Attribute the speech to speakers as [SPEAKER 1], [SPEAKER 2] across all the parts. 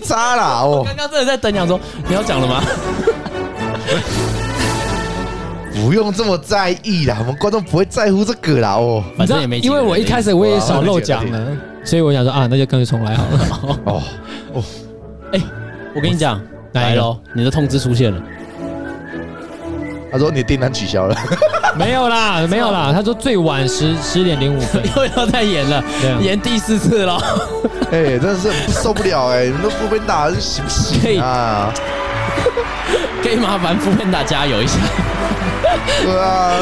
[SPEAKER 1] 杀啦！哦，
[SPEAKER 2] 刚刚真的在等，讲说你要讲了吗？
[SPEAKER 1] 不用这么在意啦，我们观众不会在乎这个啦。哦，
[SPEAKER 2] 反正也没几
[SPEAKER 3] 因
[SPEAKER 2] 个
[SPEAKER 3] 为
[SPEAKER 2] 人
[SPEAKER 3] 我一开始我也少漏讲
[SPEAKER 1] 哇
[SPEAKER 3] 了，所以我想说啊，那就干脆重来好 了。
[SPEAKER 1] 哦，
[SPEAKER 2] 我跟你讲，
[SPEAKER 3] 哪
[SPEAKER 2] 来
[SPEAKER 3] 一个
[SPEAKER 2] 喽，你的通知出现了。
[SPEAKER 1] 他说你的订单取消了，
[SPEAKER 3] 没有 啦，没有啦，他说最晚十十点零五分。
[SPEAKER 2] 又要再演了，
[SPEAKER 3] 对啊
[SPEAKER 2] 演第四次 了。
[SPEAKER 1] 哎，真的是受不了哎，你们都不被打，行不行啊？
[SPEAKER 2] 可以麻烦副片打加油一下。
[SPEAKER 1] 对啊，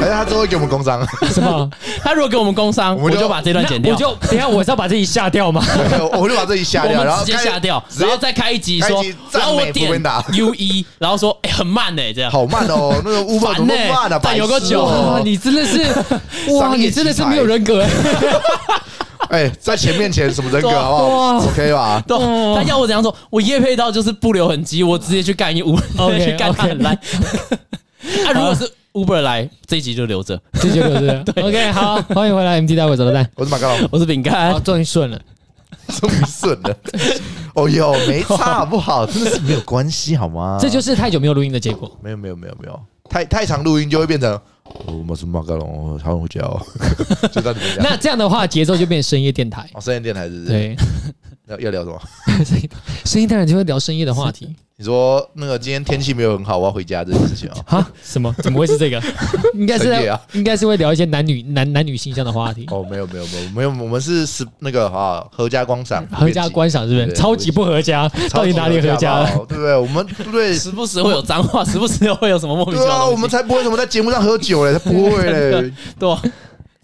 [SPEAKER 1] 而且他最后给我们工啊伤，
[SPEAKER 3] 什么？
[SPEAKER 2] 他如果给我们工伤，
[SPEAKER 1] 我
[SPEAKER 2] 我
[SPEAKER 1] 们就
[SPEAKER 2] 就把这段剪
[SPEAKER 3] 那
[SPEAKER 2] 掉，
[SPEAKER 3] 我就等一下我是要把自己吓掉 吗？
[SPEAKER 1] 我就把这一下
[SPEAKER 2] 我
[SPEAKER 1] 掉，然
[SPEAKER 2] 们
[SPEAKER 1] 后
[SPEAKER 2] 直接
[SPEAKER 1] 开
[SPEAKER 2] 下掉，
[SPEAKER 1] 直接
[SPEAKER 2] 然后再开一集
[SPEAKER 1] 开一
[SPEAKER 2] 说
[SPEAKER 1] 集，赞
[SPEAKER 2] 然后我
[SPEAKER 1] 美副
[SPEAKER 2] 点
[SPEAKER 1] 片打
[SPEAKER 2] U 一，然后说哎很慢哎这样。
[SPEAKER 1] 好慢哦，那个乌巴
[SPEAKER 2] 烦
[SPEAKER 1] 怎么那
[SPEAKER 2] 欸
[SPEAKER 1] 么慢啊？
[SPEAKER 2] 但
[SPEAKER 1] 白
[SPEAKER 2] 有个
[SPEAKER 1] 痴
[SPEAKER 2] 酒
[SPEAKER 1] 哦
[SPEAKER 3] 哇，你真的 是，哇，
[SPEAKER 1] 商业
[SPEAKER 3] 你真的是
[SPEAKER 1] 奇才
[SPEAKER 3] 没有人格欸。
[SPEAKER 1] 哎，在钱面前什么人格
[SPEAKER 2] 对啊
[SPEAKER 1] 好不好
[SPEAKER 3] 哇
[SPEAKER 1] ？OK 吧？
[SPEAKER 2] 对，他要我怎样说？我夜配到就是不留痕迹，我直接去干一 Uber，
[SPEAKER 3] OK，
[SPEAKER 2] 去干他
[SPEAKER 3] OK
[SPEAKER 2] 很烂。 啊，如果是 Uber 来，这一集就留着。
[SPEAKER 3] 这就是 OK，好， 欢迎回来 MT 大会找到蛋。啊
[SPEAKER 1] 我是马高，
[SPEAKER 2] 我是饼干
[SPEAKER 3] 好，，终于顺了。
[SPEAKER 1] 终于顺了。哦哟，没差好不好？真的是没有关系好吗？
[SPEAKER 3] 这就是太久没有录音的结果。
[SPEAKER 1] 没有没有没有没有，太太长录音就会变成哦我是马高龙，我好想回 家哦，就到你们家。
[SPEAKER 3] 那这样的话，节奏就变深夜电台。
[SPEAKER 1] 哦，深夜电台是不是？，
[SPEAKER 3] 对，
[SPEAKER 1] 要要聊什么？
[SPEAKER 3] 深夜电台就会聊深夜的话题
[SPEAKER 1] 你说那个今天天气没有很好，我要回家这件事情哦。
[SPEAKER 3] 啊？ 什么？怎么会是这个？ 应该是
[SPEAKER 1] 深夜
[SPEAKER 3] 在
[SPEAKER 1] 啊
[SPEAKER 3] 应该是会聊一些男女男男女性向的话题，
[SPEAKER 1] 哦，没有没有没有没有，我们是是那个啊，合家观赏，
[SPEAKER 3] 合家观赏是不是？
[SPEAKER 1] 对
[SPEAKER 3] 超级不合家，到底哪里合家
[SPEAKER 1] 了
[SPEAKER 3] 了？？
[SPEAKER 1] 对不对？我们对不 对？
[SPEAKER 2] 时不时会有脏话，时不时又会有什么莫名其
[SPEAKER 1] 对
[SPEAKER 2] 妙
[SPEAKER 1] 啊，
[SPEAKER 2] 的
[SPEAKER 1] 我
[SPEAKER 2] 东
[SPEAKER 1] 们
[SPEAKER 2] 西。
[SPEAKER 1] 才不会什么在节目上喝酒嘞，才不会 嘞。
[SPEAKER 2] 对啊，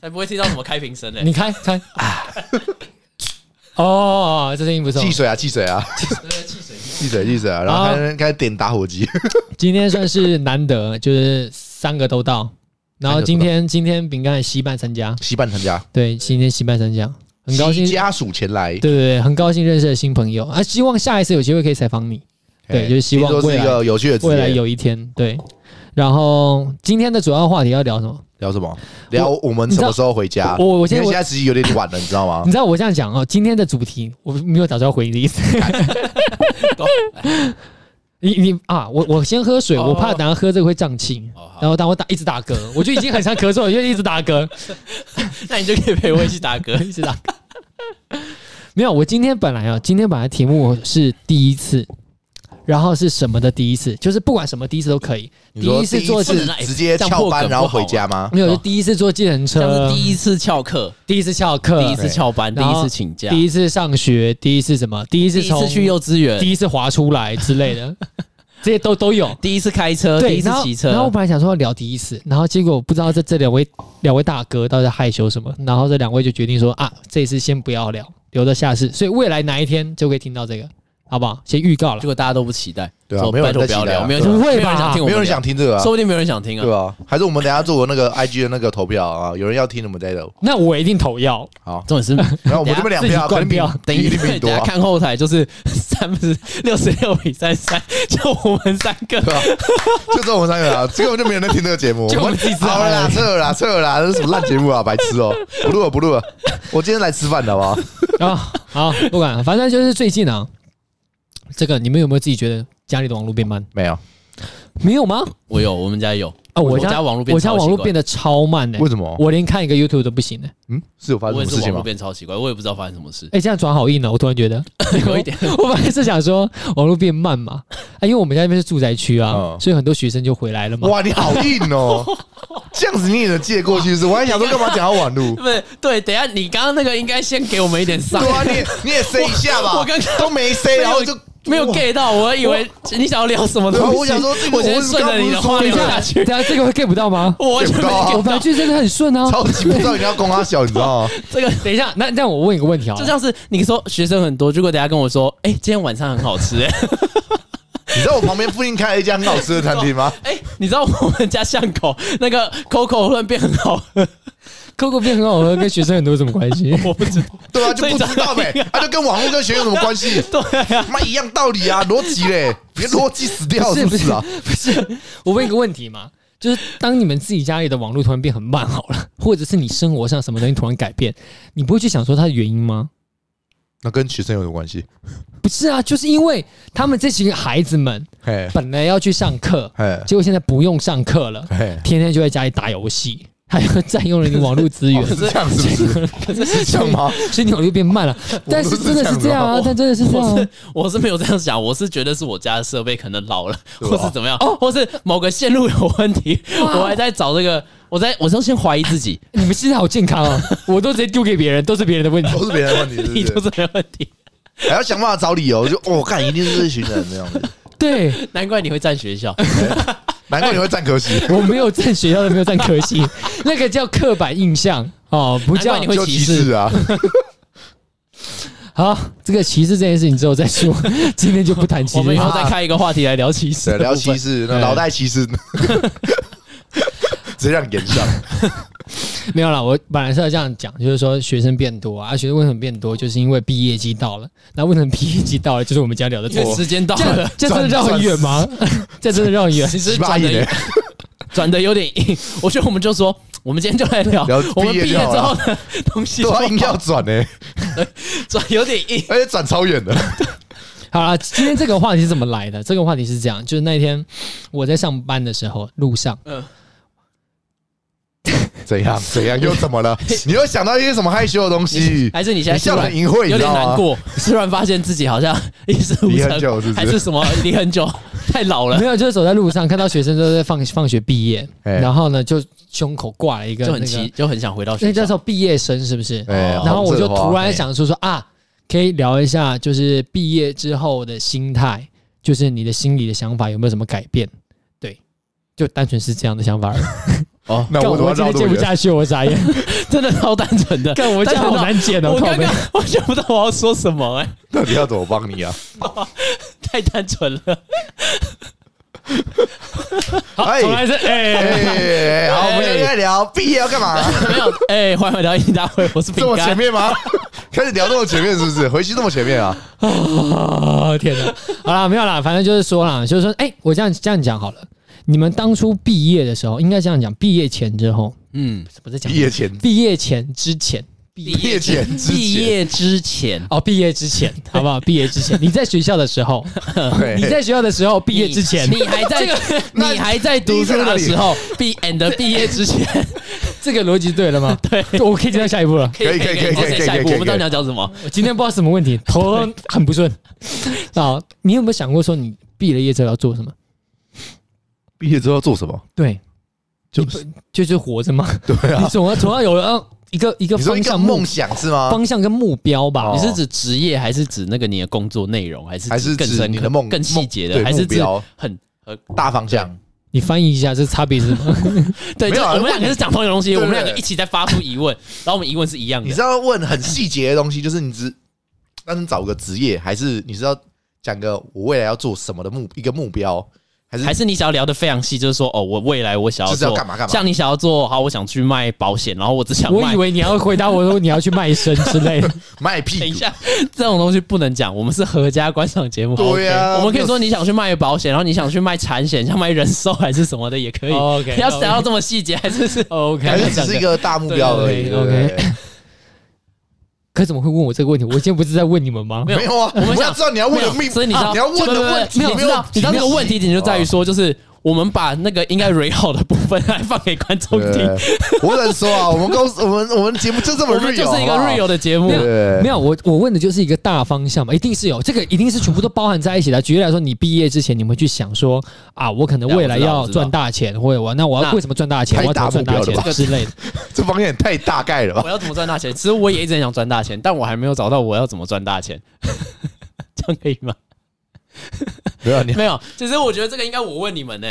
[SPEAKER 2] 才不会听到什么开瓶声嘞。
[SPEAKER 3] 你开开啊！ 哦，这声音不错
[SPEAKER 1] 汽。水啊，汽水啊，
[SPEAKER 2] 汽水
[SPEAKER 1] 汽水汽水啊，然后
[SPEAKER 3] 好
[SPEAKER 1] 开始开始点打火机。
[SPEAKER 3] 今天算是难得，就是三个都到。然后今天今天饼干也惜败参加，
[SPEAKER 1] 西半参加，
[SPEAKER 3] 对，今天惜败参加，很高兴。
[SPEAKER 1] 其家属前来，
[SPEAKER 3] 对对对，很高兴认识了新朋友啊！希望下一次有机会可以采访你，对，
[SPEAKER 1] 哎
[SPEAKER 3] 就是希望
[SPEAKER 1] 听说
[SPEAKER 3] 未
[SPEAKER 1] 是一
[SPEAKER 3] 来
[SPEAKER 1] 个有趣的职业。
[SPEAKER 3] 未来有一天对。然后今天的主要话题要聊什么？
[SPEAKER 1] 聊什么？聊我们什么时候回家？
[SPEAKER 3] 我我我
[SPEAKER 1] 因
[SPEAKER 3] 先
[SPEAKER 1] 为
[SPEAKER 3] 我
[SPEAKER 1] 现在时间有点晚了，你知道吗
[SPEAKER 2] 啊
[SPEAKER 3] 你？知道我这样讲哦，今天的主题我没有打算回你的 意思。你你啊，我我先喝水，
[SPEAKER 2] 哦
[SPEAKER 3] 我怕等下喝这个会胀气，
[SPEAKER 2] 哦好
[SPEAKER 3] 然后当我打一直打嗝，我就已经很常咳嗽了，就一直 打嗝，
[SPEAKER 2] 那你就可以陪我一起打 嗝。
[SPEAKER 3] 一直打嗝。没有，我今天本来啊，今天本来题目是第一次，然后是什么的第一次，就是不管什么第一次都可以。
[SPEAKER 1] 你说
[SPEAKER 3] 第一次做
[SPEAKER 1] 第一次
[SPEAKER 2] 事
[SPEAKER 1] 直接翘
[SPEAKER 3] 啊
[SPEAKER 1] 班然后回家吗？
[SPEAKER 3] 没有，就第一次坐计程
[SPEAKER 2] 啊像
[SPEAKER 3] 车，
[SPEAKER 2] 是第一次翘课，
[SPEAKER 3] 第一次翘课，
[SPEAKER 2] 第一次翘班，第
[SPEAKER 3] 啊对
[SPEAKER 2] 一次请假，
[SPEAKER 3] 第一次上学，第一次什么？第一次
[SPEAKER 2] 第一
[SPEAKER 3] 从
[SPEAKER 2] 次去幼稚园，
[SPEAKER 3] 第一次滑出来之类 的，这些都都有。
[SPEAKER 2] 第一次开车，第
[SPEAKER 3] 对，
[SPEAKER 2] 一次
[SPEAKER 3] 然后
[SPEAKER 2] 骑车，
[SPEAKER 3] 然后我本来想说要聊第一次，然后结果不知道这这两位两位大哥到底在害羞什么，然后这两位就决定说啊，这一次先不要聊，留到下次。所以未来哪一天就可以听到这个，好不好？先预告了
[SPEAKER 2] 结，果大家都不期待，
[SPEAKER 1] 对啊
[SPEAKER 2] 说
[SPEAKER 1] 没有人
[SPEAKER 2] 拜托
[SPEAKER 1] 在
[SPEAKER 2] 不要
[SPEAKER 1] 期待啊
[SPEAKER 2] 聊，没有
[SPEAKER 3] 对啊
[SPEAKER 2] 人
[SPEAKER 3] 不会
[SPEAKER 2] 没有人
[SPEAKER 3] 吧
[SPEAKER 2] 想听我
[SPEAKER 1] 没
[SPEAKER 2] 们
[SPEAKER 1] 有人
[SPEAKER 2] 聊
[SPEAKER 1] 想，听这个啊，
[SPEAKER 2] 说不定没有人想听
[SPEAKER 1] 对
[SPEAKER 2] 啊。
[SPEAKER 1] 吧？还是我们等一下做那个 IG 的那个投票啊，有人要听我们再 聊。
[SPEAKER 3] 那我一定投要。
[SPEAKER 1] 好，
[SPEAKER 2] 重点是，
[SPEAKER 1] 然后我们这边两票啊，肯
[SPEAKER 3] 等一下自己灌
[SPEAKER 1] 定
[SPEAKER 3] 票
[SPEAKER 1] 比
[SPEAKER 2] 等
[SPEAKER 1] 比一
[SPEAKER 2] 一
[SPEAKER 1] 定比
[SPEAKER 2] 下，
[SPEAKER 1] 你多
[SPEAKER 2] 等一下
[SPEAKER 1] 啊。
[SPEAKER 2] 看后台就是 三十六十六比三三，就我们三
[SPEAKER 1] 对
[SPEAKER 2] 个
[SPEAKER 1] 吧？就这我们三个 啊，根本就没有人在听这个节目。
[SPEAKER 3] 就我们自己知道
[SPEAKER 1] 好了啦，撤了啦，撤了啦，这是什么烂节 目啊，白痴哦！不录了，不录了。我今天来吃饭的好不好？
[SPEAKER 3] 啊，好，不管，反正就是最近啊，这个你们有没有自己觉得家里的网络变慢？
[SPEAKER 1] 没有，
[SPEAKER 3] 没有吗？
[SPEAKER 2] 我有，我们家有
[SPEAKER 3] 啊，我
[SPEAKER 2] 家网络变，
[SPEAKER 3] 我家网络变，得超慢呢、
[SPEAKER 1] 为什么？
[SPEAKER 3] 我连看一个 YouTube 都不行呢、
[SPEAKER 1] 嗯，是有发
[SPEAKER 2] 我
[SPEAKER 1] 生
[SPEAKER 2] 也
[SPEAKER 1] 什
[SPEAKER 2] 是
[SPEAKER 1] 么事
[SPEAKER 2] 网
[SPEAKER 1] 情
[SPEAKER 2] 络
[SPEAKER 1] 吗？
[SPEAKER 2] 变超奇怪，我也不知道发生什么事
[SPEAKER 3] 哎、，这样转好硬哦、我突然觉得，
[SPEAKER 2] 有一点
[SPEAKER 3] 我本来是想说网络变慢嘛，啊，因为我们家那边是住宅区啊，
[SPEAKER 1] 嗯
[SPEAKER 3] 所以很多学生就回来了嘛。
[SPEAKER 1] 哇，你好硬哦！ 这样子你也能借过去是不是？我还想说干嘛讲到网 路？
[SPEAKER 2] 不是对，等一下你刚刚那个应该先给我们一点上
[SPEAKER 1] 对，啊，你也你也塞一下吧。
[SPEAKER 2] 我我刚刚
[SPEAKER 1] 都没塞，
[SPEAKER 2] 没有
[SPEAKER 1] 然后就
[SPEAKER 2] 没有。
[SPEAKER 1] 哇
[SPEAKER 2] get 到，我以为你想要聊什么
[SPEAKER 1] 对啊
[SPEAKER 2] 东西。
[SPEAKER 1] 我想说这个
[SPEAKER 2] 我先顺着你的话
[SPEAKER 1] 我
[SPEAKER 3] 等
[SPEAKER 2] 聊
[SPEAKER 3] 一
[SPEAKER 2] 下
[SPEAKER 3] 下，
[SPEAKER 2] 去
[SPEAKER 3] 等一，下这个会 get 不到吗？
[SPEAKER 2] 我完全没
[SPEAKER 1] 不到啊
[SPEAKER 3] 我
[SPEAKER 2] get
[SPEAKER 3] 本来
[SPEAKER 2] 到。
[SPEAKER 3] 就真的很顺啊。
[SPEAKER 1] 超级不知道你要攻他小，你知道 吗？
[SPEAKER 2] 这个
[SPEAKER 3] 等一下，那那我问一个问题啊，
[SPEAKER 2] 就像是你说学生很多，如果等一下跟我说，哎，今天晚餐很 好吃，哎，
[SPEAKER 1] 你知道我旁边附近开了一家很好吃的餐厅 吗？
[SPEAKER 2] 哎、你知道我们家巷口那个 Coco 突然变很好喝，
[SPEAKER 3] Coco 变很好喝，跟学生很多有什么关 系？
[SPEAKER 2] 我不知道。
[SPEAKER 1] 对啊，就不知道呗
[SPEAKER 2] 所以，
[SPEAKER 1] 他就跟网络跟学有什么关系？
[SPEAKER 2] 对啊，
[SPEAKER 1] 妈一样道理啊，逻辑嘞，别逻辑死掉是不
[SPEAKER 3] 不
[SPEAKER 1] 是啊？
[SPEAKER 3] 不是，我问一个问题嘛，就是当你们自己家里的网络突然变很慢好了，或者是你生活上什么东西突然改变，你不会去想说它的原因吗？
[SPEAKER 1] 那跟学生有什么关系？
[SPEAKER 3] 不是啊，就是因为他们这群孩子们
[SPEAKER 1] 嘿，
[SPEAKER 3] 本来要去上课，
[SPEAKER 1] 哎嘿，
[SPEAKER 3] 结果现在不用上课了，
[SPEAKER 1] 嘿，
[SPEAKER 3] 天天就在家里打游戏，还有占用了你网络资源
[SPEAKER 1] 哦，是这样是不 是？是这样吗？
[SPEAKER 3] 所以你网络变慢了。但是真的是这样啊
[SPEAKER 2] 我，
[SPEAKER 3] 但真的是这样
[SPEAKER 2] 我
[SPEAKER 3] 啊
[SPEAKER 2] 哦是。我是没有这样想，我是觉得是我家的设备可能老了，
[SPEAKER 1] 对吧
[SPEAKER 2] 或是怎么样，
[SPEAKER 1] 哦
[SPEAKER 2] 或是某个线路有问题，
[SPEAKER 3] 哇
[SPEAKER 2] 我还在找这个，我在我都先怀疑 自己，
[SPEAKER 3] 你们现在好健康啊，我都直接丢给别人，都是别人的问题。
[SPEAKER 2] 哦
[SPEAKER 1] 都是别人的问题，
[SPEAKER 2] 你
[SPEAKER 1] 是
[SPEAKER 2] 都
[SPEAKER 1] 不是？
[SPEAKER 2] 是没问题，
[SPEAKER 1] 还要想办法找理由，就哦，看一定是这群人这样 子，
[SPEAKER 3] 对
[SPEAKER 2] 难怪你会占学校，
[SPEAKER 1] 难怪你会占科系，
[SPEAKER 3] 我没有占学校的，没有占科系， 那个叫刻板印象哦，不叫
[SPEAKER 2] 难怪你
[SPEAKER 1] 就
[SPEAKER 2] 会歧
[SPEAKER 1] 歧
[SPEAKER 2] 视
[SPEAKER 1] 视啊！
[SPEAKER 3] 好。这个歧视这件事情之后 再说，今天就不谈歧
[SPEAKER 2] 我
[SPEAKER 3] 视
[SPEAKER 2] 们以。后再开一个话题来聊歧视
[SPEAKER 1] 对，
[SPEAKER 2] 的部分，
[SPEAKER 1] 聊歧视，那
[SPEAKER 3] 对
[SPEAKER 1] 脑袋歧 视，直接让你演上。
[SPEAKER 3] 没有啦，我本来是要这样讲，就是说学生变多啊，啊学生为什么变多，就是因为毕业季到了。那为什么毕业季到了，就是我们今天聊的
[SPEAKER 2] 因为
[SPEAKER 3] 多。
[SPEAKER 2] 时间到
[SPEAKER 3] 这
[SPEAKER 2] 了
[SPEAKER 3] 样，这样真的绕很远吗？ 这样真的绕很 远。
[SPEAKER 2] 其实
[SPEAKER 1] 七八
[SPEAKER 2] 转
[SPEAKER 1] 亿
[SPEAKER 2] 的
[SPEAKER 1] 呢，
[SPEAKER 2] 转的有点硬， 我觉得我们就说，我们今天就来聊
[SPEAKER 1] 聊
[SPEAKER 2] 我们
[SPEAKER 1] 毕业
[SPEAKER 2] 毕业
[SPEAKER 1] 就好
[SPEAKER 2] 之
[SPEAKER 1] 了
[SPEAKER 2] 后的东西
[SPEAKER 1] 对
[SPEAKER 2] 就好，
[SPEAKER 1] 啊，硬要转呢，
[SPEAKER 2] 转有点硬，
[SPEAKER 1] 而且转超远 的。
[SPEAKER 3] 好了，今天这个话题是怎么来的？这个话题是这样，就是那天我在上班的时候，路上
[SPEAKER 2] 嗯，
[SPEAKER 1] 怎样？怎样？又怎么 了？你又想到一些什么害羞的东西？
[SPEAKER 3] 哎
[SPEAKER 2] 还是你现在
[SPEAKER 1] 你笑
[SPEAKER 2] 突
[SPEAKER 1] 得
[SPEAKER 2] 然
[SPEAKER 1] 很淫秽，你
[SPEAKER 2] 有
[SPEAKER 1] 知
[SPEAKER 2] 点
[SPEAKER 1] 道
[SPEAKER 2] 难
[SPEAKER 1] 吗？
[SPEAKER 2] 过，突然发现自己好像一事无
[SPEAKER 1] 离很
[SPEAKER 2] 成，
[SPEAKER 1] 久是不
[SPEAKER 2] 还
[SPEAKER 1] 是
[SPEAKER 2] 是？什么离很久， 太老了
[SPEAKER 3] 没，有，就是走在路上看到学生都在放放学毕业，
[SPEAKER 1] 呃哎
[SPEAKER 3] 然后呢就胸口挂了一个
[SPEAKER 2] 就
[SPEAKER 3] 那
[SPEAKER 2] 很奇，
[SPEAKER 3] 个，
[SPEAKER 2] 就很想回到
[SPEAKER 3] 那
[SPEAKER 2] 学
[SPEAKER 3] 叫
[SPEAKER 2] 校。
[SPEAKER 3] 做毕业生是不是？
[SPEAKER 1] 哎
[SPEAKER 3] 哦然后我就突
[SPEAKER 1] 红色的花
[SPEAKER 3] 然想说说啊，可以聊一下，就是毕业之后的心态，就是你的心里的想法有没有什么改变？对，就单纯是这样的想法而已。
[SPEAKER 2] 哦，
[SPEAKER 1] 那
[SPEAKER 3] 干
[SPEAKER 1] 我怎么
[SPEAKER 3] 我
[SPEAKER 1] 要
[SPEAKER 3] 今
[SPEAKER 1] 绕
[SPEAKER 3] 天接
[SPEAKER 1] 这么
[SPEAKER 3] 不
[SPEAKER 1] 远？
[SPEAKER 3] 下去，我眨眼。
[SPEAKER 2] 真的超单纯的。
[SPEAKER 3] 干我这样好难剪 哦，
[SPEAKER 2] 我
[SPEAKER 3] 靠
[SPEAKER 2] 刚
[SPEAKER 3] 背
[SPEAKER 2] 刚。我想不到我要说什么，哎，
[SPEAKER 1] 到底要怎么帮 你啊？
[SPEAKER 2] 太单纯了。
[SPEAKER 1] 哎
[SPEAKER 3] 重来一次，哎，
[SPEAKER 1] 哎，好，我们现在聊毕业要干嘛？
[SPEAKER 2] 没有，哎，欢迎回到英大会，我是饼
[SPEAKER 1] 这么前
[SPEAKER 2] 干。
[SPEAKER 1] 面吗？开始聊这么前面是不是？回去这么前面啊？
[SPEAKER 3] 哦天哪！好啦，没有啦，反正就是说啦，就是说，哎、我这样这样讲好了。你们当初毕业的时候，应该这样讲，毕业前之后，
[SPEAKER 2] 嗯，
[SPEAKER 3] 不是讲
[SPEAKER 1] 毕业前
[SPEAKER 3] 毕业前之前，
[SPEAKER 2] 毕
[SPEAKER 1] 业前之前
[SPEAKER 2] 毕业之前，
[SPEAKER 3] 哦，毕业之前，好不好？毕业之前，你在学校的时候，你在学校的时候，毕
[SPEAKER 1] 哦
[SPEAKER 3] 业之前，
[SPEAKER 2] 你还在
[SPEAKER 1] 那
[SPEAKER 2] 你还在读书的时候，毕 and 毕业之前，
[SPEAKER 3] 这个逻辑 对了吗？
[SPEAKER 2] 对，
[SPEAKER 3] 我可以进到下一步了。
[SPEAKER 1] 可以可以可以可以可以
[SPEAKER 2] 下一
[SPEAKER 1] 可
[SPEAKER 2] 步
[SPEAKER 1] 以
[SPEAKER 2] 我们到底要讲什么？
[SPEAKER 3] 我今天不知道什么问题，头很不顺。啊，你有没有想过说你毕了业之后要做什么？
[SPEAKER 1] 毕业之后做什么？
[SPEAKER 3] 对，
[SPEAKER 1] 就是
[SPEAKER 3] 就是活着嘛。
[SPEAKER 1] 对
[SPEAKER 3] 你
[SPEAKER 1] 啊，
[SPEAKER 3] 总要总要有呃一个一个
[SPEAKER 1] 你说
[SPEAKER 3] 方
[SPEAKER 1] 一个
[SPEAKER 3] 向目
[SPEAKER 1] 梦想是吗？
[SPEAKER 3] 方向跟目标吧。
[SPEAKER 1] 哦
[SPEAKER 2] 你是指职业，还是指那个你的工作内容，还是
[SPEAKER 1] 还是
[SPEAKER 2] 更
[SPEAKER 1] 指
[SPEAKER 2] 深
[SPEAKER 1] 你
[SPEAKER 2] 刻
[SPEAKER 1] 的梦
[SPEAKER 2] 更细节的，
[SPEAKER 1] 对
[SPEAKER 2] 还是
[SPEAKER 1] 目
[SPEAKER 2] 指
[SPEAKER 1] 标
[SPEAKER 2] 很很
[SPEAKER 1] 大方向？
[SPEAKER 3] 你翻译一下，这差 别是什么？
[SPEAKER 2] 对？
[SPEAKER 1] 没
[SPEAKER 2] 就
[SPEAKER 1] 有啊
[SPEAKER 2] 我们两个是讲同一个东西，
[SPEAKER 1] 对
[SPEAKER 2] 我们两个
[SPEAKER 1] 对对
[SPEAKER 2] 一起在发出疑问，然后我们疑问是一样
[SPEAKER 1] 你
[SPEAKER 2] 的
[SPEAKER 1] 知。道问很细节的东西，就是你只让你找个职业，还是你是要讲个我未来要做什么的目一个目标，还是
[SPEAKER 2] 还是你想要聊得非常细，就是说哦，我未来我想要
[SPEAKER 1] 就是要
[SPEAKER 2] 做
[SPEAKER 1] 干嘛干嘛
[SPEAKER 2] 像你想要做好，我想去卖保险，然后我只想
[SPEAKER 3] 我
[SPEAKER 2] 卖
[SPEAKER 3] 以。为你要回答我说你要去卖身之类的。
[SPEAKER 1] 卖
[SPEAKER 2] 等
[SPEAKER 1] 屁
[SPEAKER 2] 一
[SPEAKER 1] 股？
[SPEAKER 2] 下，这种东西不能讲，我们是合家观赏节目。
[SPEAKER 1] 对啊呀
[SPEAKER 2] OK，我们可以说你想去卖保险，然后你想去卖产险，想卖人寿还是什么的也可以。
[SPEAKER 3] OK，
[SPEAKER 2] 你要想到这么细节，还是是
[SPEAKER 3] OK
[SPEAKER 1] 还是只是一个大目标而已
[SPEAKER 3] 对对对可怎么会问我这个问题？我今天不是在问你们吗？
[SPEAKER 2] 没
[SPEAKER 1] 对
[SPEAKER 2] 有
[SPEAKER 1] 没有啊，
[SPEAKER 2] 我们
[SPEAKER 1] 们
[SPEAKER 2] 想
[SPEAKER 1] 要知道你要问的
[SPEAKER 2] 没
[SPEAKER 1] 命
[SPEAKER 2] 有，所以你知道
[SPEAKER 1] 你要问的问题
[SPEAKER 2] 没有，你知道，你知道那个问题点就在于说，就是我们把那个应该 re 好的部分来放给观 众 听，
[SPEAKER 1] 对，我只能说 啊，我们公司我们我们节目就这么
[SPEAKER 2] 我
[SPEAKER 1] real，
[SPEAKER 2] 们就是一个
[SPEAKER 1] 好不好
[SPEAKER 2] real 的节目
[SPEAKER 3] 没。有
[SPEAKER 1] 对
[SPEAKER 3] 没有，我我问的就是一个大方向嘛，一定是有这个，一定是全部都包含在一起的。举例来说，你毕业之前，你们会去想说啊，我可能未来
[SPEAKER 2] 对啊我知道
[SPEAKER 3] 要赚大钱，或者我那我要
[SPEAKER 2] 那
[SPEAKER 3] 为什么赚大钱，
[SPEAKER 1] 太
[SPEAKER 3] 我要怎么赚大
[SPEAKER 1] 大目标了
[SPEAKER 3] 钱
[SPEAKER 2] 吧
[SPEAKER 3] 之类的。
[SPEAKER 1] 这方面也太大概了吧
[SPEAKER 2] 我？要怎么赚大钱？其实我也一直很想赚大钱，但我还没有找到我要怎么赚大钱， 这样可以吗？
[SPEAKER 1] 没有，你
[SPEAKER 2] 没有，其实我觉得这个应该我问你们呢、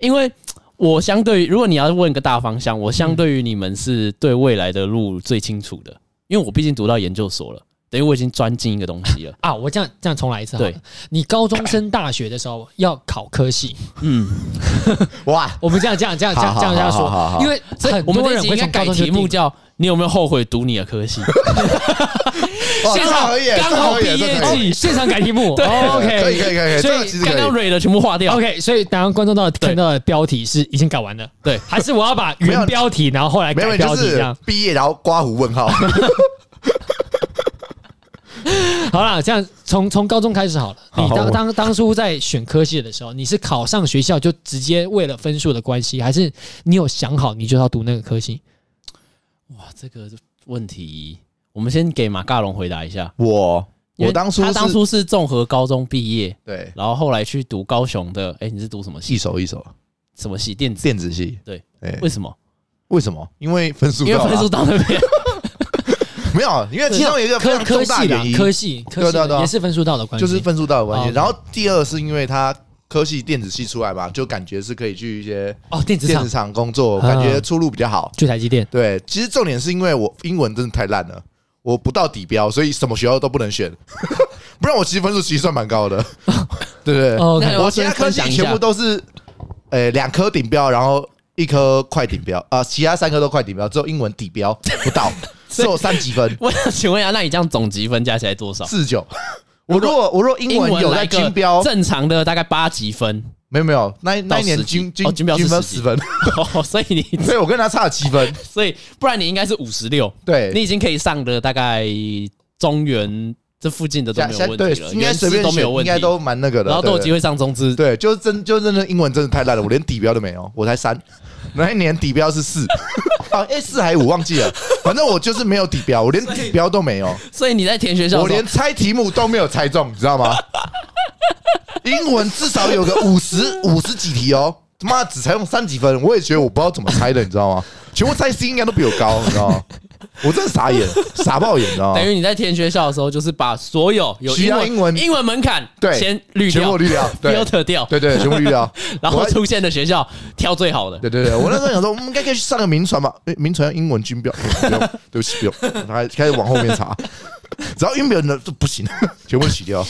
[SPEAKER 2] 因为我相对于如果你要问个大方向，我相对于你们是对未来的路最清楚的，因为我毕竟读到研究所了，等于我已经钻进一个东西了。
[SPEAKER 3] 啊，我这样这样重来一次好了
[SPEAKER 2] 对。
[SPEAKER 3] 你高中升大学的时候要考科系，
[SPEAKER 2] 嗯，
[SPEAKER 1] 哇，
[SPEAKER 3] 我们这样这样这样这样这样这样
[SPEAKER 1] 好好好好
[SPEAKER 3] 说，
[SPEAKER 1] 好
[SPEAKER 3] 因为
[SPEAKER 2] 所以
[SPEAKER 3] 很
[SPEAKER 2] 嗯我们这
[SPEAKER 3] 多
[SPEAKER 2] 一
[SPEAKER 3] 人
[SPEAKER 2] 集
[SPEAKER 3] 会
[SPEAKER 2] 应该
[SPEAKER 3] 从高
[SPEAKER 2] 改
[SPEAKER 3] 中就
[SPEAKER 2] 题目
[SPEAKER 3] 定
[SPEAKER 2] 叫“你有没有后悔读你的科系
[SPEAKER 1] 哇
[SPEAKER 2] 现
[SPEAKER 1] 这
[SPEAKER 2] 场
[SPEAKER 1] 可以，
[SPEAKER 2] 刚
[SPEAKER 1] 这
[SPEAKER 2] 好
[SPEAKER 1] 可以
[SPEAKER 2] 毕业
[SPEAKER 1] 这可
[SPEAKER 3] 哦
[SPEAKER 1] 以
[SPEAKER 3] 现场改题目。哦
[SPEAKER 1] 可以可
[SPEAKER 3] OK
[SPEAKER 1] 以可以可以，
[SPEAKER 3] 所以
[SPEAKER 1] 这个其”，实
[SPEAKER 2] 刚
[SPEAKER 1] 可
[SPEAKER 2] 刚
[SPEAKER 1] 以。
[SPEAKER 2] 蕊的全部划掉。
[SPEAKER 3] OK，所以当然观众到看到的标题是已经改完了，
[SPEAKER 2] 对
[SPEAKER 3] 还是我要把原标题，然后后来
[SPEAKER 1] 没有，
[SPEAKER 3] 改
[SPEAKER 1] 你
[SPEAKER 3] 标
[SPEAKER 1] 就
[SPEAKER 3] 题这
[SPEAKER 1] 是
[SPEAKER 3] 样？
[SPEAKER 1] 毕业然后刮胡问号。
[SPEAKER 3] 好啦，这样从从高中开始好了。
[SPEAKER 1] 好
[SPEAKER 3] 你当
[SPEAKER 1] 我
[SPEAKER 3] 当当初在选科系的时候，你是考上学校就直接为了分数的关系，还是你有想好你就要读那个科系？
[SPEAKER 2] 哇，这个问题，我们先给马嘎龙回答一下。
[SPEAKER 1] 我
[SPEAKER 2] 因
[SPEAKER 1] 我
[SPEAKER 2] 为
[SPEAKER 1] 当初
[SPEAKER 2] 他
[SPEAKER 1] 是
[SPEAKER 2] 当初是综合高中毕业，
[SPEAKER 1] 对
[SPEAKER 2] 然后后来去读高雄的，哎、你是读什么系？
[SPEAKER 1] 一手一手
[SPEAKER 2] 什么系？电子？
[SPEAKER 1] 电子系，
[SPEAKER 2] 对
[SPEAKER 1] 对，
[SPEAKER 2] 为什么？
[SPEAKER 1] 为什么？因为分数
[SPEAKER 2] 因为
[SPEAKER 1] 高啊
[SPEAKER 2] 分数到那边，
[SPEAKER 1] 没有，因为其中有一个非常重
[SPEAKER 3] 科科
[SPEAKER 1] 大
[SPEAKER 2] 啊
[SPEAKER 3] 系
[SPEAKER 1] 原
[SPEAKER 3] 啦，
[SPEAKER 1] 因，
[SPEAKER 3] 科系科
[SPEAKER 1] 对
[SPEAKER 3] 系
[SPEAKER 1] 对对
[SPEAKER 3] 也是分数到的关系，
[SPEAKER 1] 就是分数到的关系。
[SPEAKER 3] 哦
[SPEAKER 1] 然后第二是因为他科系电子系出来嘛，就感觉是可以去一些
[SPEAKER 3] 哦，电子
[SPEAKER 1] 电
[SPEAKER 3] 厂
[SPEAKER 1] 子厂工
[SPEAKER 2] 嗯
[SPEAKER 1] 作，
[SPEAKER 3] 啊
[SPEAKER 1] 感觉出路比较好。
[SPEAKER 3] 去台积电。
[SPEAKER 1] 对，其实重点是因为我英文真的太烂了，我不到底标，所以什么学校都不能选。 不然我其实分数其实算蛮高的， 对不对？
[SPEAKER 3] 哦
[SPEAKER 2] 那
[SPEAKER 3] ，OK，
[SPEAKER 2] 有
[SPEAKER 1] 我其他科系全部都是，呃，两科顶标，然后一科快顶标啊、其他三科都快顶标，只有英文底标 不 到，只有三几分，
[SPEAKER 2] 我想请问一下，那你这样总积分加起来多少？
[SPEAKER 1] 四九。我如果我若英文有在
[SPEAKER 2] 来个
[SPEAKER 1] 金标，
[SPEAKER 2] 正常的大概八级分，
[SPEAKER 1] 没有没有，那那一年
[SPEAKER 2] 到十几
[SPEAKER 1] 金
[SPEAKER 2] 哦
[SPEAKER 1] 金
[SPEAKER 2] 金标是
[SPEAKER 1] 金分
[SPEAKER 2] 十几
[SPEAKER 1] 十分，
[SPEAKER 2] 哦所以你
[SPEAKER 1] 所以我跟他差了七分。
[SPEAKER 2] 所以不然你应该是五十六，
[SPEAKER 1] 对，
[SPEAKER 2] 你已经可以上的大概中原这附近的都
[SPEAKER 1] 现
[SPEAKER 2] 没有
[SPEAKER 1] 现
[SPEAKER 2] 问
[SPEAKER 1] 对
[SPEAKER 2] 题了，
[SPEAKER 1] 应该
[SPEAKER 2] 原
[SPEAKER 1] 随
[SPEAKER 2] 师
[SPEAKER 1] 便
[SPEAKER 2] 都没有
[SPEAKER 1] 选
[SPEAKER 2] 问
[SPEAKER 1] 应该
[SPEAKER 2] 题，
[SPEAKER 1] 都蛮那个的，
[SPEAKER 2] 然后都有
[SPEAKER 1] 对
[SPEAKER 2] 机会上中资。
[SPEAKER 1] 对，就是真就真的英文真的太烂了，我连底标都没有，我才三，那一年底标是四， 啊，哎四还是五忘记了，反正我就是没有底标，我连底标都没有，
[SPEAKER 2] 所以你在填学校
[SPEAKER 1] 我
[SPEAKER 2] 的时候
[SPEAKER 1] 连猜题目都没有猜中，你知道吗？英文至少有个五十五十几题哦，他妈只才用三几分，我也觉得我不知道怎么猜的，你知道吗？全部猜 C 应该都比我高，你知道吗？我真的傻眼，傻爆眼，你知道吗
[SPEAKER 2] 等？于你在填学校的时候，就是把所有有
[SPEAKER 1] 需
[SPEAKER 2] 英
[SPEAKER 1] 要
[SPEAKER 2] 文
[SPEAKER 1] 英文
[SPEAKER 2] 英文门槛
[SPEAKER 1] 对
[SPEAKER 2] 先滤
[SPEAKER 1] 全部
[SPEAKER 2] 掉
[SPEAKER 1] 绿掉，对
[SPEAKER 2] ，filter 掉，
[SPEAKER 1] 对对，全部绿掉，
[SPEAKER 2] 然后
[SPEAKER 1] 我还
[SPEAKER 2] 出现的学校挑最好的。
[SPEAKER 1] 对对对，我那时候想说，我嗯们应该可以去上个名传吧？诶，名传要英文军标，嗯不用，对不起，不用。他开始往后面查，只要英文的就不行，全部洗掉。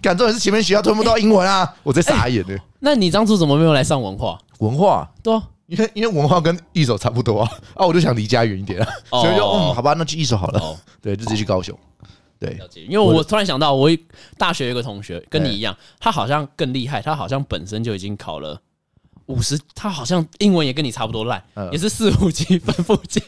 [SPEAKER 1] 感重也是前面学校推不到英文啊，我在傻眼呢、
[SPEAKER 2] 那你当初怎么没有来上文化？
[SPEAKER 1] 文化，
[SPEAKER 2] 对啊，
[SPEAKER 1] 因为因为文化跟一手差不多啊，啊，我就想离家远一点啊，
[SPEAKER 2] 哦
[SPEAKER 1] 所以就嗯，好吧，那去一手好了，
[SPEAKER 2] 哦
[SPEAKER 1] 对，就直接去高雄。对
[SPEAKER 2] 了解，因为我突然想到，我大学有一个同学跟你一样，他好像更厉害，他好像本身就已经考了五十，他好像英文也跟你差不多烂，
[SPEAKER 1] 嗯
[SPEAKER 2] 也是四五级分附近，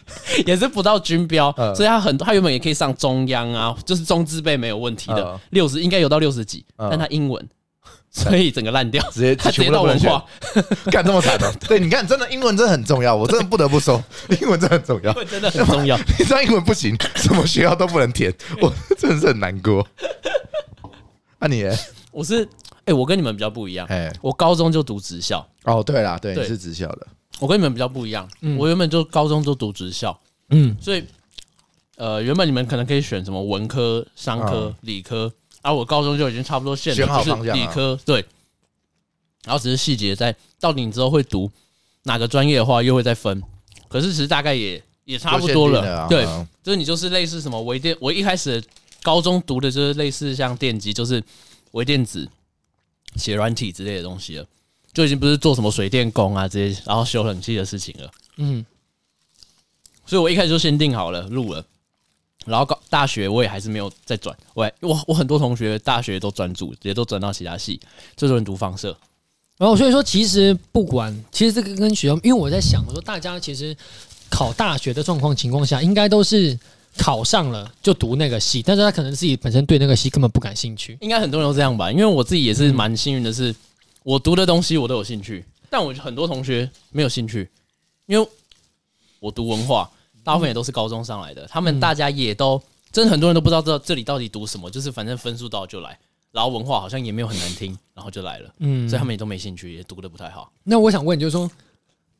[SPEAKER 2] 也是不到军标，
[SPEAKER 1] 嗯
[SPEAKER 2] 所以他很他原本也可以上中央啊，就是中资辈没有问题的
[SPEAKER 1] 嗯，
[SPEAKER 2] 六十、应该有到六十几，
[SPEAKER 1] 嗯
[SPEAKER 2] 但他 英文，所以整个烂掉，
[SPEAKER 1] 直接
[SPEAKER 2] 他直
[SPEAKER 1] 全
[SPEAKER 2] 接
[SPEAKER 1] 部都
[SPEAKER 2] 到
[SPEAKER 1] 不能
[SPEAKER 2] 文
[SPEAKER 1] 选
[SPEAKER 2] 化，
[SPEAKER 1] 干这么惨的，对，你看，真的英文真的很重要，我真的不得不说，英文真的很重要。
[SPEAKER 2] 真的很重要。
[SPEAKER 1] 你知道英文不行，什么学校都不能填，
[SPEAKER 2] 嗯
[SPEAKER 1] 我 真的是很难过。啊你耶，
[SPEAKER 2] 我是哎、我跟你们比较不一样，
[SPEAKER 1] 哎，
[SPEAKER 2] 我高中就读职校，
[SPEAKER 1] 哦，对啦，对，
[SPEAKER 2] 对
[SPEAKER 1] 你是职校的，
[SPEAKER 2] 我跟你们比较不一样，
[SPEAKER 1] 嗯
[SPEAKER 2] 我原本就高中就读职校。
[SPEAKER 3] 嗯，
[SPEAKER 2] 所以呃，原本你们可能可以选什么文科、商科、理科，而、啊、我高中就已经差不多限
[SPEAKER 1] 选
[SPEAKER 2] 了，
[SPEAKER 1] 好
[SPEAKER 2] 就
[SPEAKER 1] 方
[SPEAKER 2] 是
[SPEAKER 1] 向啊
[SPEAKER 2] 理科对，然后只是细节在到底你之后会读哪个专业的话，又会再分。可是其实大概也也差不多
[SPEAKER 1] 有限定的
[SPEAKER 2] 了，
[SPEAKER 1] 啊
[SPEAKER 2] 对，
[SPEAKER 1] 嗯
[SPEAKER 2] 就是你就是类似什么微电，我一开始高中读的就是类似像电机，就是微电子、写软体之类的东西了，就已经不是做什么水电工啊这些，然后修冷气的事情了。
[SPEAKER 3] 嗯，
[SPEAKER 2] 所以我一开始就先定好了录了，然后高大学我也还是没有再转，我还我我很多同学大学都转组，也都转到其他系，最多人读放射，
[SPEAKER 3] 然后哦所以说其实不管，其实这个跟学校，因为我在想，我说大家其实考大学的状况情况下，应该都是考上了就读那个系，但是他可能自己本身对那个系根本不感兴趣。
[SPEAKER 2] 应该很多人都这样吧？因为我自己也
[SPEAKER 3] 嗯
[SPEAKER 2] 是蛮幸运的是，我读的东西我都有兴趣，但我很多同学没有兴趣，因为我读文化，大部分也都是高中上来
[SPEAKER 3] 嗯
[SPEAKER 2] 的，他们大家也都真的很多人都不知道这这里到底读什么，就是反正分数到就来，然后文化好像也没有很难听，然后就来了，
[SPEAKER 3] 嗯
[SPEAKER 2] 所以他们也都没兴趣，也读的不太好。
[SPEAKER 3] 那我想问，就是说，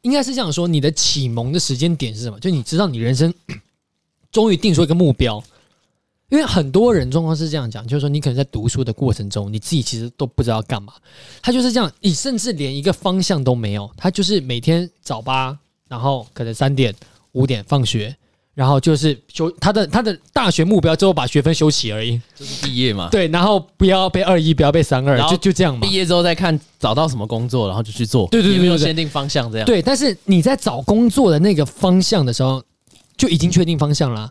[SPEAKER 3] 应该是这样说，你的启蒙的时间点是什么？就你知道你人生 终于定出一个目标，因为很多人状况是这样讲，就是说你可能在读书的过程中，你自己其实都不知道干嘛，他就是这样，你甚至连一个方向都没有，他就是每天早八，然后可能三点五点放学。然后就是修他的他的大学目标，之后把学分修齐而已。
[SPEAKER 2] 就是毕业嘛，
[SPEAKER 3] 对，然后不要被二一，不要被三二
[SPEAKER 2] 然，后
[SPEAKER 3] 就就这样嘛。
[SPEAKER 2] 毕业之后再看找到什么工作，然后就去做。
[SPEAKER 3] 对对对
[SPEAKER 2] 有没有
[SPEAKER 3] 对对
[SPEAKER 2] 限定方向这样。
[SPEAKER 3] 对，但是你在找工作的那个方向的时候，就已经确定方向啦、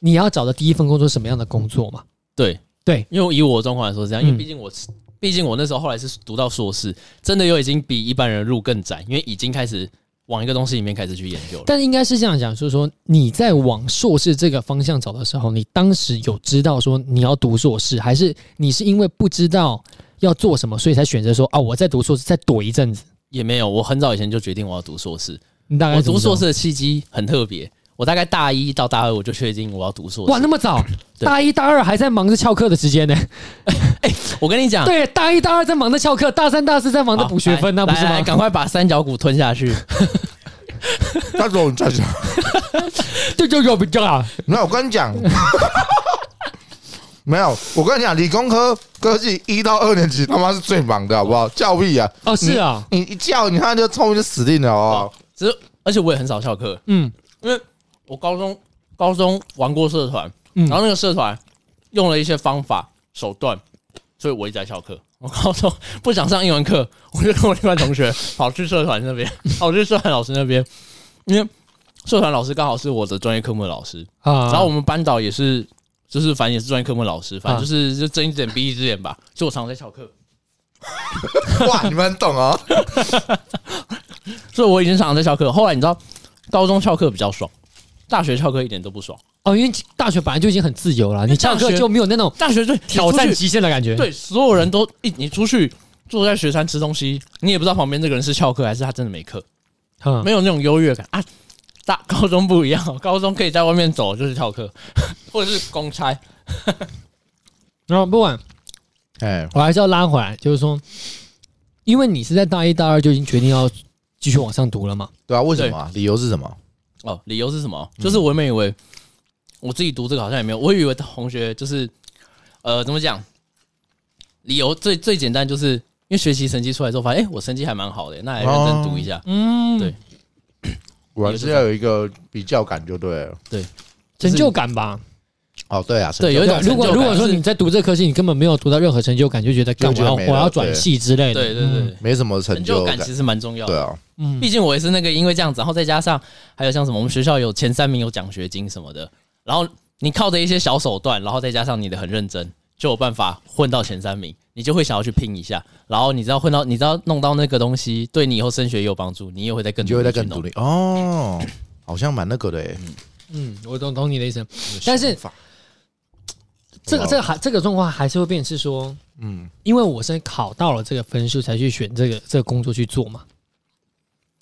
[SPEAKER 3] 你要找的第一份工作是什么样的工作嘛？
[SPEAKER 2] 对
[SPEAKER 3] 对
[SPEAKER 2] 因为以我的状况来说是这样，因为
[SPEAKER 3] 嗯
[SPEAKER 2] 毕竟我是毕竟我那时候后来是读到硕士，真的又已经比一般人的路更窄，因为已经开始往一个东西里面开始去研究了。
[SPEAKER 3] 但应该是这样讲，就是说你在往硕士这个方向走的时候，你当时有知道说你要读硕士，还是你是因为不知道要做什么，所以才选择说啊，我在读硕士，再躲一阵子？
[SPEAKER 2] 也没有，我很早以前就决定我要读硕士。
[SPEAKER 3] 你大概
[SPEAKER 2] 我
[SPEAKER 3] 怎么
[SPEAKER 2] 读
[SPEAKER 3] 知道
[SPEAKER 2] 硕士的契机很特别，我大概大一到大二我就确定我要读硕士。
[SPEAKER 3] 哇，那么早，
[SPEAKER 2] 对
[SPEAKER 3] 大一大二还在忙着翘课的时间呢、
[SPEAKER 2] 我跟你讲，
[SPEAKER 3] 对，大一大二在忙着翘课，大三大四在忙着
[SPEAKER 2] 好
[SPEAKER 3] 补学分，
[SPEAKER 2] 来
[SPEAKER 3] 那不是
[SPEAKER 2] 来来
[SPEAKER 3] 吗？
[SPEAKER 2] 赶快把三角骨吞下 去。
[SPEAKER 1] 大总你站起来。
[SPEAKER 3] 对对对，不对啊！
[SPEAKER 1] 没有，我跟你讲， 没有，我跟你讲，理工科科技一到二年级他妈是最忙的，好不好？教屁啊！
[SPEAKER 3] 哦，是啊，
[SPEAKER 1] 你一叫，你看就聪明就死定了哦。
[SPEAKER 2] 只是而且我也很少翘课，
[SPEAKER 3] 嗯
[SPEAKER 2] 因为我高中高中玩过社团，
[SPEAKER 3] 嗯
[SPEAKER 2] 然后那个社团用了一些方法手段，所以我一直在翘课。我高中不想上英文课，我就跟我另外同学跑去社团那边， 跑去社团老师那边，因为社团老师刚好是我的专业科目的老师，
[SPEAKER 3] 啊，
[SPEAKER 2] 然后我们班导也是，就是反正也是专业科目的老师，
[SPEAKER 3] 啊
[SPEAKER 2] 反正就是就睁一只眼闭一只眼吧，所以我常常在翘课，
[SPEAKER 1] 哇，你们很懂哦。
[SPEAKER 2] 所以我已经常常在翘课。后来你知道，高中翘课比较爽，大学翘课一点都不爽。
[SPEAKER 3] 哦，因为大学本来就已经很自由了，你翘
[SPEAKER 2] 大
[SPEAKER 3] 课
[SPEAKER 2] 学
[SPEAKER 3] 就没有那种
[SPEAKER 2] 大学最
[SPEAKER 3] 挑
[SPEAKER 2] 你
[SPEAKER 3] 战
[SPEAKER 2] 出去
[SPEAKER 3] 极限的感觉。，
[SPEAKER 2] 对，所有人都一你出去坐在雪山吃东西，你也不知道旁边这个人是翘课还是他真的没课，
[SPEAKER 3] 嗯，
[SPEAKER 2] 没有那种优越感啊。大 高中不一样哦，高中可以在外面走就是翘课， 或者是公差。
[SPEAKER 3] 然后不管，
[SPEAKER 1] 哎，
[SPEAKER 3] 我还是要拉回来，就是说，因为你是在大一大二就已经决定要继续往上读了嘛，
[SPEAKER 1] 对啊，为什么啊？理由是什么？
[SPEAKER 2] 哦，理由是什么？就是我原本以为我自己读这个好像也没有，我以为同学就是呃怎么讲，理由最最简单就是因为学习成绩出来之后发现，哎、我成绩还蛮好的，那来认真读一下。
[SPEAKER 3] 嗯，
[SPEAKER 2] 对
[SPEAKER 1] 我还是要有一个比较感，就对了。
[SPEAKER 3] 成就感吧。
[SPEAKER 1] 哦，对啊，
[SPEAKER 2] 对有一
[SPEAKER 1] 成就
[SPEAKER 2] 种
[SPEAKER 1] 感
[SPEAKER 2] 成就感
[SPEAKER 3] 如果如果说
[SPEAKER 2] 是
[SPEAKER 3] 你在读这科系，你根本没有读到任何成就感，就觉得干
[SPEAKER 1] 就
[SPEAKER 3] 我
[SPEAKER 1] 觉得
[SPEAKER 3] 要
[SPEAKER 1] 没了
[SPEAKER 3] 我要转系之类的。
[SPEAKER 2] 对对对，
[SPEAKER 3] 嗯
[SPEAKER 2] 对
[SPEAKER 1] 没什么成
[SPEAKER 2] 成就
[SPEAKER 1] 感
[SPEAKER 2] 感，其实蛮重要
[SPEAKER 1] 对
[SPEAKER 2] 的。
[SPEAKER 1] 啊，
[SPEAKER 3] 嗯
[SPEAKER 2] 毕竟我也是那个，因为这样子，然后再加上还有像什么，我们学校有前三名有奖学金什么的，然后你靠着一些小手段，然后再加上你的很认真，就有办法混到前三名，你就会想要去拼一下，然后你知道混到，你知道弄到那个东西，对你以后升学也有帮助，你也会再更
[SPEAKER 1] 你就会在更
[SPEAKER 2] 努
[SPEAKER 1] 独
[SPEAKER 2] 力
[SPEAKER 1] 立哦。 好像蛮那个的欸诶，
[SPEAKER 3] 嗯，我懂懂你的意思。但是这个
[SPEAKER 1] 好不好
[SPEAKER 3] 这个还这个状况还是会变成是说，
[SPEAKER 1] 嗯，
[SPEAKER 3] 因为我是考到了这个分数才去选这个这个工作去做嘛。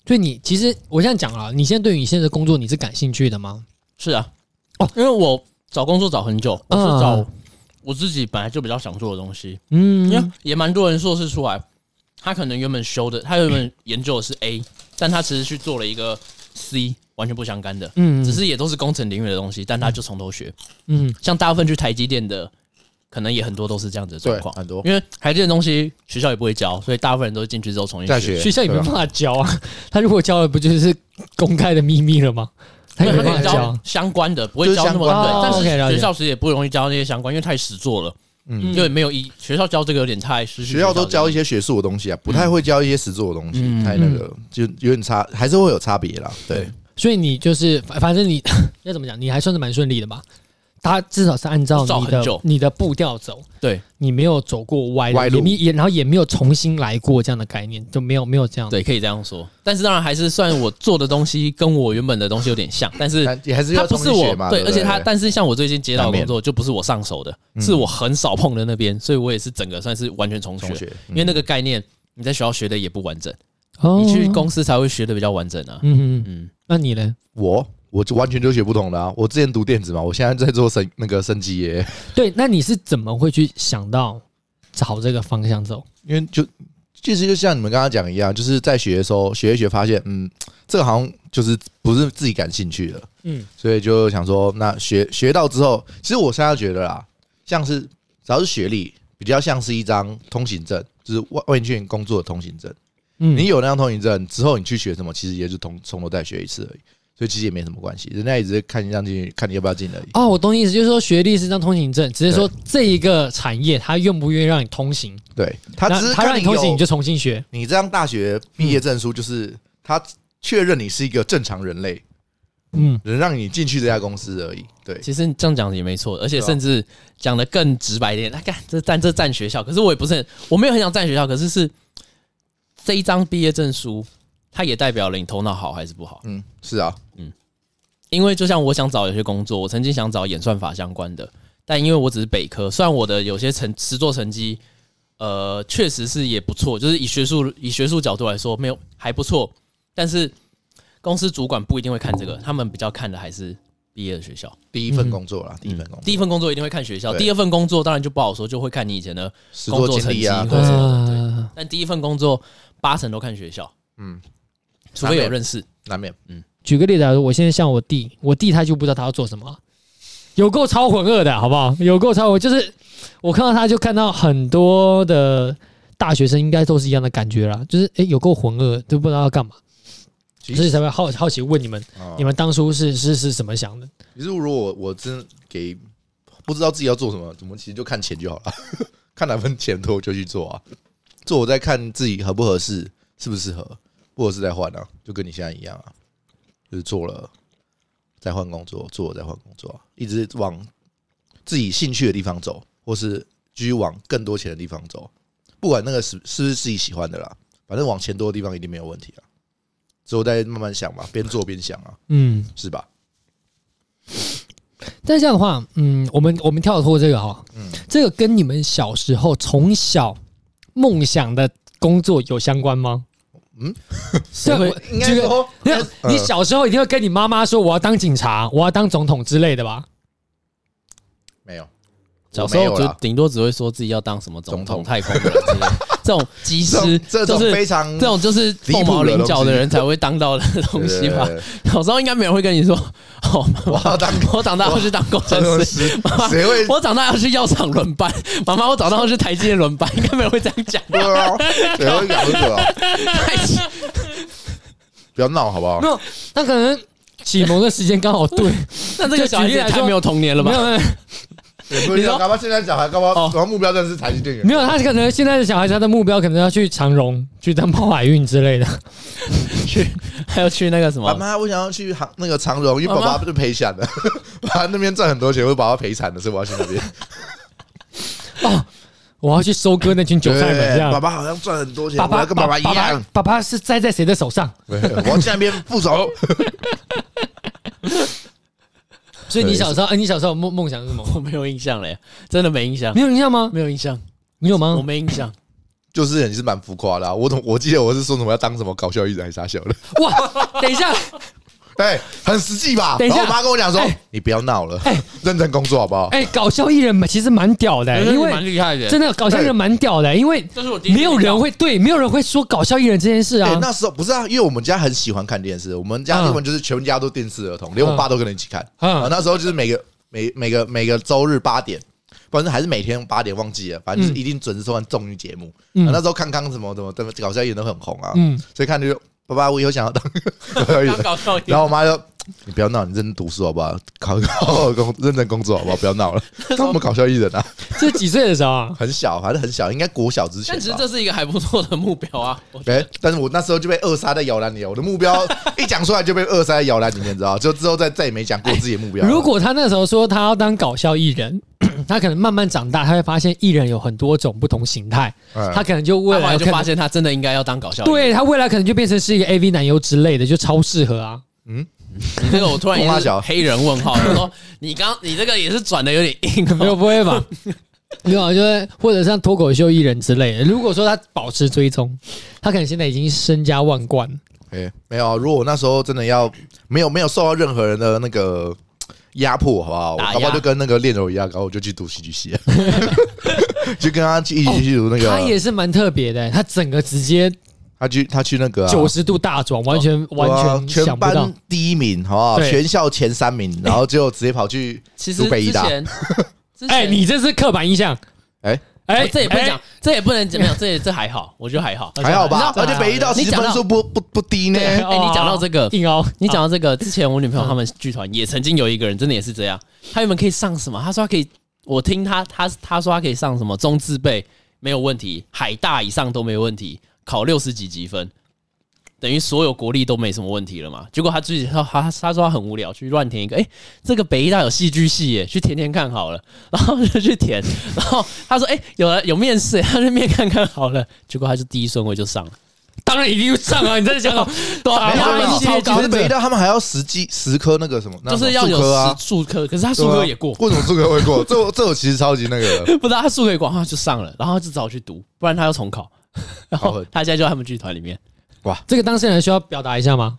[SPEAKER 3] 所以你其实我这样讲啊，你现在对于你现在的工作你是感兴趣的吗？
[SPEAKER 2] 去弄。是啊，
[SPEAKER 3] 哦
[SPEAKER 2] 哦，因为我找工作找很久，我是找
[SPEAKER 3] 嗯
[SPEAKER 2] 我自己本来就比较想做的东西，
[SPEAKER 3] 嗯
[SPEAKER 2] 因为也蛮多人硕士出来，他可能原本修的，他原本研究的是 A，但他其实去做了一个 C，完全不相干的。
[SPEAKER 3] 嗯
[SPEAKER 2] 只是也都是工程领域的东西，但他就从头学。
[SPEAKER 3] 嗯
[SPEAKER 2] 像大部分去台积电的，可能也很多都是这样子的状
[SPEAKER 1] 对，
[SPEAKER 2] 况，
[SPEAKER 1] 很多
[SPEAKER 2] 因为台积电的东西学校也不会教，所以大部分人都进去之后重
[SPEAKER 1] 在
[SPEAKER 2] 新学。
[SPEAKER 1] 学
[SPEAKER 3] 学校也没
[SPEAKER 1] 对吧
[SPEAKER 3] 办法教啊， 他如果教了，不就是公开的秘密了吗？他
[SPEAKER 2] 没
[SPEAKER 3] 也
[SPEAKER 2] 有
[SPEAKER 3] 没
[SPEAKER 2] 他
[SPEAKER 3] 办
[SPEAKER 2] 可
[SPEAKER 3] 法
[SPEAKER 2] 以
[SPEAKER 3] 教
[SPEAKER 2] 教。相关的，不
[SPEAKER 1] 就是
[SPEAKER 2] 会教那么
[SPEAKER 1] 相关
[SPEAKER 3] 的哦
[SPEAKER 2] 对。
[SPEAKER 3] OK，了
[SPEAKER 2] 但是
[SPEAKER 3] 解
[SPEAKER 2] 学校其实也不容易教那些相关，因为太实做了，
[SPEAKER 1] 嗯
[SPEAKER 2] 因为没有一学校教这个有点太失去
[SPEAKER 1] 学校都教一
[SPEAKER 2] 些
[SPEAKER 1] 些学术的东西啊，不太会教一些实作的东西，
[SPEAKER 2] 嗯
[SPEAKER 1] 太那个了就有点差，还是会有差别啦。对，
[SPEAKER 3] 所以你就是反反正你 要怎么讲，你还算是蛮顺利的吧？他至少是按照
[SPEAKER 2] 照
[SPEAKER 3] 你
[SPEAKER 2] 很
[SPEAKER 3] 的
[SPEAKER 2] 久
[SPEAKER 3] 你的步调走，
[SPEAKER 2] 对
[SPEAKER 3] 你没有走过歪路，
[SPEAKER 1] 歪路
[SPEAKER 3] 也没也然后也没有重新来过这样的概念，就没有没有这样。
[SPEAKER 2] 对，可以这样说。但是当然还是算我做的东西跟我原本的东西有点像，但是
[SPEAKER 1] 但也还是
[SPEAKER 2] 它
[SPEAKER 1] 要
[SPEAKER 2] 不
[SPEAKER 1] 重
[SPEAKER 2] 是
[SPEAKER 1] 新
[SPEAKER 2] 我
[SPEAKER 1] 学嘛。
[SPEAKER 2] 对，
[SPEAKER 1] 对，
[SPEAKER 2] 而且它，但是像我最近接到
[SPEAKER 1] 难
[SPEAKER 2] 的
[SPEAKER 1] 免嗯
[SPEAKER 2] 工作就不是我上手的，是我很少碰的那边，所以我也是整个算是完全重学嗯
[SPEAKER 1] 同，学，嗯
[SPEAKER 2] 因为那个概念你在学校学的也不完整，
[SPEAKER 3] 哦
[SPEAKER 2] 你去公司才会学的比较完整啊。
[SPEAKER 3] 嗯嗯，
[SPEAKER 2] 嗯，
[SPEAKER 3] 那你呢？
[SPEAKER 1] 我我就完全就学不同的啊。我之前读电子嘛，我现在在做升那个升级耶，
[SPEAKER 3] 对，那你是怎么会去想到朝这个方向走？
[SPEAKER 1] 因为就其实就像你们刚刚讲一样，就是在学的时候学一学，发现嗯，这个好像就是不是自己感兴趣的，
[SPEAKER 3] 嗯
[SPEAKER 1] 所以就想说，那学学到之后，其实我现在觉得啦，像是只要是学历，比较像是一张通行证，就是外外面去工作的通行证。
[SPEAKER 3] 嗯
[SPEAKER 1] 你有那张通行证之后，你去学什么，其实也就从从头再学一次而已，所以其实也没什么关系。人家也只是看你让进去，看你要不要进而已。
[SPEAKER 3] 哦，我懂你意思，就是说学历是张通行证，只是说这一个产业它愿不愿意让你通行，
[SPEAKER 1] 对他
[SPEAKER 3] 那
[SPEAKER 1] 只是
[SPEAKER 3] 它让
[SPEAKER 1] 看
[SPEAKER 3] 你
[SPEAKER 1] 你有
[SPEAKER 3] 通行你就重新学。
[SPEAKER 1] 你这张大学毕业证书，就是他确认你是一个正常人类，
[SPEAKER 3] 嗯，
[SPEAKER 1] 能让你进去这家公司而已。对，
[SPEAKER 2] 其实这样讲也没错，而且
[SPEAKER 1] 对啊
[SPEAKER 2] 甚至讲的更直白一点，那、干这站这站学校，可是我也不是很，我没有很想站学校，可是是这一张毕业证书它也代表了你头脑好还是不好。
[SPEAKER 1] 嗯，是啊，
[SPEAKER 2] 因为就像我想找有些工作，我曾经想找演算法相关的，但因为我只是北科，虽然我的有些成实作成绩，呃，确实是也不错，就是以学术以学术角度来说，没有还不错，但是公司主管不一定会看这个，他们比较看的还是毕业的学校。
[SPEAKER 1] 第一份
[SPEAKER 3] 嗯
[SPEAKER 1] 工作啦，第一份工作，
[SPEAKER 2] 第一份工作一定会看学校，
[SPEAKER 1] 嗯对
[SPEAKER 2] 第二份工作当然就不好说，就会看你以前的，
[SPEAKER 1] 实作经历啊
[SPEAKER 2] 工，作成绩
[SPEAKER 1] 对
[SPEAKER 3] 嗯，
[SPEAKER 2] 但第一份工作八成都看学校，
[SPEAKER 1] 嗯，
[SPEAKER 2] 除非有认识，
[SPEAKER 1] 难免
[SPEAKER 3] 举个例子来说，我现在像我弟，我弟他就不知道他要做什么啊，有够超浑噩的好不好？有够超浑，就是我看到他就看到很多的大学生应该都是一样的感觉啦，就是诶有够浑噩，都不知道要干嘛，
[SPEAKER 1] 其
[SPEAKER 3] 所以
[SPEAKER 1] 实
[SPEAKER 3] 才会好好奇问你们，
[SPEAKER 1] 啊
[SPEAKER 3] 你们当初是是是怎么想的？
[SPEAKER 1] 其实如果我我真给不知道自己要做什么，怎么其实就看钱就好了， 看哪份钱多就去做啊。做我在看自己合不合适，适不适合，不合适再换啊，就跟你现在一样啊，就是做了再换工作，做了再换工作啊、一直往自己兴趣的地方走，或是继续往更多钱的地方走，不管那个是是不是自己喜欢的啦，反正往钱多的地方一定没有问题啊。之后再慢慢想嘛，边做边想啊，
[SPEAKER 3] 嗯，
[SPEAKER 1] 是吧？
[SPEAKER 3] 但是这样的话，嗯，我们我们跳脱这个哈、
[SPEAKER 1] 嗯
[SPEAKER 3] 这个跟你们小时候从小梦想的工作有相关吗？
[SPEAKER 1] 嗯，
[SPEAKER 3] 对，
[SPEAKER 2] 会
[SPEAKER 3] 我
[SPEAKER 1] 应该
[SPEAKER 3] 这个
[SPEAKER 1] 说，
[SPEAKER 3] 那
[SPEAKER 1] 嗯
[SPEAKER 3] 你小时候一定会跟你妈妈说我要当警察，我要当总统之类的吧？
[SPEAKER 1] 没有，
[SPEAKER 2] 小
[SPEAKER 1] 我
[SPEAKER 2] 时
[SPEAKER 1] 没有
[SPEAKER 2] 候只
[SPEAKER 1] 啦。
[SPEAKER 2] 顶多只会说自己要当什么总
[SPEAKER 1] 总
[SPEAKER 2] 统、
[SPEAKER 1] 统
[SPEAKER 2] 太空人之类的，这种机
[SPEAKER 1] 这
[SPEAKER 2] 师
[SPEAKER 1] 种 这
[SPEAKER 2] 就
[SPEAKER 1] 种
[SPEAKER 2] 是
[SPEAKER 1] 非常
[SPEAKER 2] 这种就是凤毛麟角嗯的人才会当到的东西吧。
[SPEAKER 1] 对对对对
[SPEAKER 2] 小时候应该没人会跟你说， 哦，
[SPEAKER 1] 我要当
[SPEAKER 2] 我长大要去当工程
[SPEAKER 1] 工程
[SPEAKER 2] 师，
[SPEAKER 1] 师
[SPEAKER 2] 妈，
[SPEAKER 1] 谁会？
[SPEAKER 2] 我 长大要去药厂轮班，妈妈，我长大要去台积电轮班，应该没人会这样讲，
[SPEAKER 1] 对啊，谁会搞这个啊？
[SPEAKER 2] 太奇
[SPEAKER 1] 不要闹好不好
[SPEAKER 3] 没？有，那可能启蒙的时间刚 好对，
[SPEAKER 2] 那这个小孩子也太没有童年了
[SPEAKER 3] 没
[SPEAKER 2] 吧？
[SPEAKER 3] 有没有
[SPEAKER 1] 也不一
[SPEAKER 2] 你
[SPEAKER 1] 定。
[SPEAKER 2] 说
[SPEAKER 1] 搞不好现在小孩，搞不好搞
[SPEAKER 2] 哦
[SPEAKER 1] 不好目标真的是台积电员啊
[SPEAKER 3] 没有，他可能现在的小孩子他的目标可能要去长荣、去当跑海运之类的。
[SPEAKER 2] 去，还要去那个什
[SPEAKER 1] 爸
[SPEAKER 2] 么，
[SPEAKER 1] 妈，我想要去航那个长荣，因为爸
[SPEAKER 2] 啊妈
[SPEAKER 1] 爸
[SPEAKER 2] 妈
[SPEAKER 1] 是赔钱的，爸爸那边赚很多钱，会把他赔惨的，所以我要去那边。
[SPEAKER 3] 哦，我要去收割那群韭菜们，这
[SPEAKER 1] 对
[SPEAKER 3] 样
[SPEAKER 1] 爸。爸好像赚很多钱，
[SPEAKER 3] 爸
[SPEAKER 1] 我
[SPEAKER 3] 爸
[SPEAKER 1] 要跟爸爸一样，，
[SPEAKER 3] 爸爸是栽在谁的手上？
[SPEAKER 1] 对我要去那边复仇。
[SPEAKER 3] 所以你小时候，哎，你小时候梦梦想是什么？
[SPEAKER 2] 我没有印象嘞，真的没印象
[SPEAKER 3] 没，有印象吗？
[SPEAKER 2] 没有印象，
[SPEAKER 3] 你有
[SPEAKER 2] 我
[SPEAKER 3] 吗？
[SPEAKER 2] 没印象。
[SPEAKER 1] 就是你是蛮浮夸的啊，我怎么我记得我是说什么要当什么搞笑艺人还是啥小的，
[SPEAKER 3] 哇，等一下，
[SPEAKER 1] 哎，很实际吧？
[SPEAKER 3] 等一
[SPEAKER 1] 然
[SPEAKER 3] 下
[SPEAKER 1] 后我妈跟我讲说
[SPEAKER 3] 哎，
[SPEAKER 1] 你不要闹了
[SPEAKER 3] 哎，
[SPEAKER 1] 认真工作好不好？
[SPEAKER 3] 哎，搞笑艺人们其实哦蛮屌
[SPEAKER 2] 哎
[SPEAKER 3] 的，因为
[SPEAKER 2] 厉害的
[SPEAKER 3] 真的搞笑艺人蛮屌的，因为
[SPEAKER 2] 这是我第一次
[SPEAKER 3] 没有人会对，没有人会说搞笑艺人这件事
[SPEAKER 1] 哎、
[SPEAKER 3] 啊。
[SPEAKER 1] 那时候不是啊，因为我们家很喜欢看电视，我们家
[SPEAKER 3] 嗯
[SPEAKER 1] 英文就是全家都电视儿童，连我爸都跟着一起看。啊，
[SPEAKER 3] 嗯
[SPEAKER 1] 那时候就是每个每每个每个周日八点，反正还是每天八点忘记了，反正就是一定准时收看综艺节目。
[SPEAKER 3] 嗯
[SPEAKER 1] 啊那时候康康什么什么怎么搞笑艺人都很红啊，
[SPEAKER 3] 嗯
[SPEAKER 1] 所以看就爸爸，我以后想要 当搞笑艺人。
[SPEAKER 2] 搞笑
[SPEAKER 1] 然后我妈就你不要闹，你认真读书好不好？考 好好工认真工作好不好？不要闹 了，当我们搞笑艺人啊，
[SPEAKER 3] 这几岁的时候啊，
[SPEAKER 1] 很小，反正很小，应该国小之前
[SPEAKER 2] 但
[SPEAKER 1] 吧。
[SPEAKER 2] 其实这是一个还不错的目标啊，我觉
[SPEAKER 1] 哎、
[SPEAKER 2] 得
[SPEAKER 1] 但是我那时候就被扼杀在摇篮里了。我的目标一讲出来就被扼杀在摇篮里面，你知道？就之后再再也没讲过自己的目标了。
[SPEAKER 3] 哎如果他那时候说他要当搞笑艺人， 他可能慢慢长大，他会发现艺人有很多种不同形态，
[SPEAKER 1] 嗯
[SPEAKER 3] 他可能就未
[SPEAKER 2] 他后
[SPEAKER 3] 来
[SPEAKER 2] 来就
[SPEAKER 3] 可
[SPEAKER 2] 发
[SPEAKER 3] 能
[SPEAKER 2] 现他真的应该要当搞笑。，
[SPEAKER 3] 对他未来可能就变成是一个 AV 男优之类的，就超适合啊。
[SPEAKER 2] 你这个我突然
[SPEAKER 1] 红
[SPEAKER 2] 也
[SPEAKER 1] 花
[SPEAKER 2] 是
[SPEAKER 1] 小
[SPEAKER 2] 黑人问号，他说你刚你这个也是转的 有点硬
[SPEAKER 3] 没有
[SPEAKER 2] 哦，
[SPEAKER 3] 不会吧？没有啊，就是或者像脱口秀艺人之类的。如果说他保持追踪，他可能现在已经身家万贯，
[SPEAKER 1] 哎、没有啊，如果我那时候真的要没有没有受到任何人的那个压迫，好不好？我
[SPEAKER 2] 打压
[SPEAKER 1] 搞不好就跟那个练柔一样，然后我就去读戏剧 系，就跟他去一起去读那个，
[SPEAKER 3] 他也是蛮特别的。他整个直接
[SPEAKER 1] 他去他去那个啊、
[SPEAKER 3] 九十度大转，完全
[SPEAKER 1] 对啊
[SPEAKER 3] 完全想
[SPEAKER 1] 全
[SPEAKER 3] 不到
[SPEAKER 1] 班。第一名，好不好？
[SPEAKER 3] 对
[SPEAKER 1] 全校前三名，然后就直接跑去
[SPEAKER 2] 其实
[SPEAKER 1] 读北
[SPEAKER 2] 之
[SPEAKER 1] 医大，
[SPEAKER 2] 前，之前
[SPEAKER 3] 哎，你这是刻板印象。
[SPEAKER 1] 哎
[SPEAKER 3] 哎
[SPEAKER 2] 哦这也不能讲
[SPEAKER 3] 哎，
[SPEAKER 2] 这也不能怎么样，这也这还好，我觉得还好。
[SPEAKER 1] 还好吧？
[SPEAKER 3] 你
[SPEAKER 1] 而
[SPEAKER 3] 知道
[SPEAKER 1] 且北医大
[SPEAKER 2] 你
[SPEAKER 1] 其实
[SPEAKER 2] 讲到
[SPEAKER 1] 分数不不不低呢。
[SPEAKER 3] 对
[SPEAKER 2] 哎，你讲到这个，啊
[SPEAKER 3] 哦硬凹，
[SPEAKER 2] 你讲到这个之前，我女朋友他们剧团也曾经有一个人，真的也是这样。他原本可以上什么？他说他可以，我听他他他说他可以上什么中字辈没有问题，海大以上都没问题，考六十几级分，等于所有国力都没什么问题了嘛。结果他自己他他他说他很无聊，去乱填一个，诶，这个北医大有戏剧系耶，去填填看好了。然后就去填，哎然后他说诶，有了有面试，他去面看看好了。结果他就第一顺位就上了。
[SPEAKER 3] 当然一定上啊！你 在讲什么？对啊，
[SPEAKER 1] 没有
[SPEAKER 3] 他们
[SPEAKER 1] 没有
[SPEAKER 3] 是超高
[SPEAKER 1] 其实北
[SPEAKER 3] 的，
[SPEAKER 1] 大他们还要十几十科那个什么，那
[SPEAKER 2] 就是
[SPEAKER 1] 什
[SPEAKER 2] 要
[SPEAKER 1] 么数科
[SPEAKER 2] 有
[SPEAKER 1] 啊
[SPEAKER 2] 十，数科，可是他数科也过，
[SPEAKER 1] 对啊为什么数科会过？这我这我其实超级那个 的，
[SPEAKER 2] 不知道他数科也过，然后他就上了，然后他就只好去读，不然他要重考。 然
[SPEAKER 1] 好
[SPEAKER 2] 后
[SPEAKER 1] 狠
[SPEAKER 2] 他现在就在他们剧团里面，
[SPEAKER 3] 这个当事人需要表达一下吗？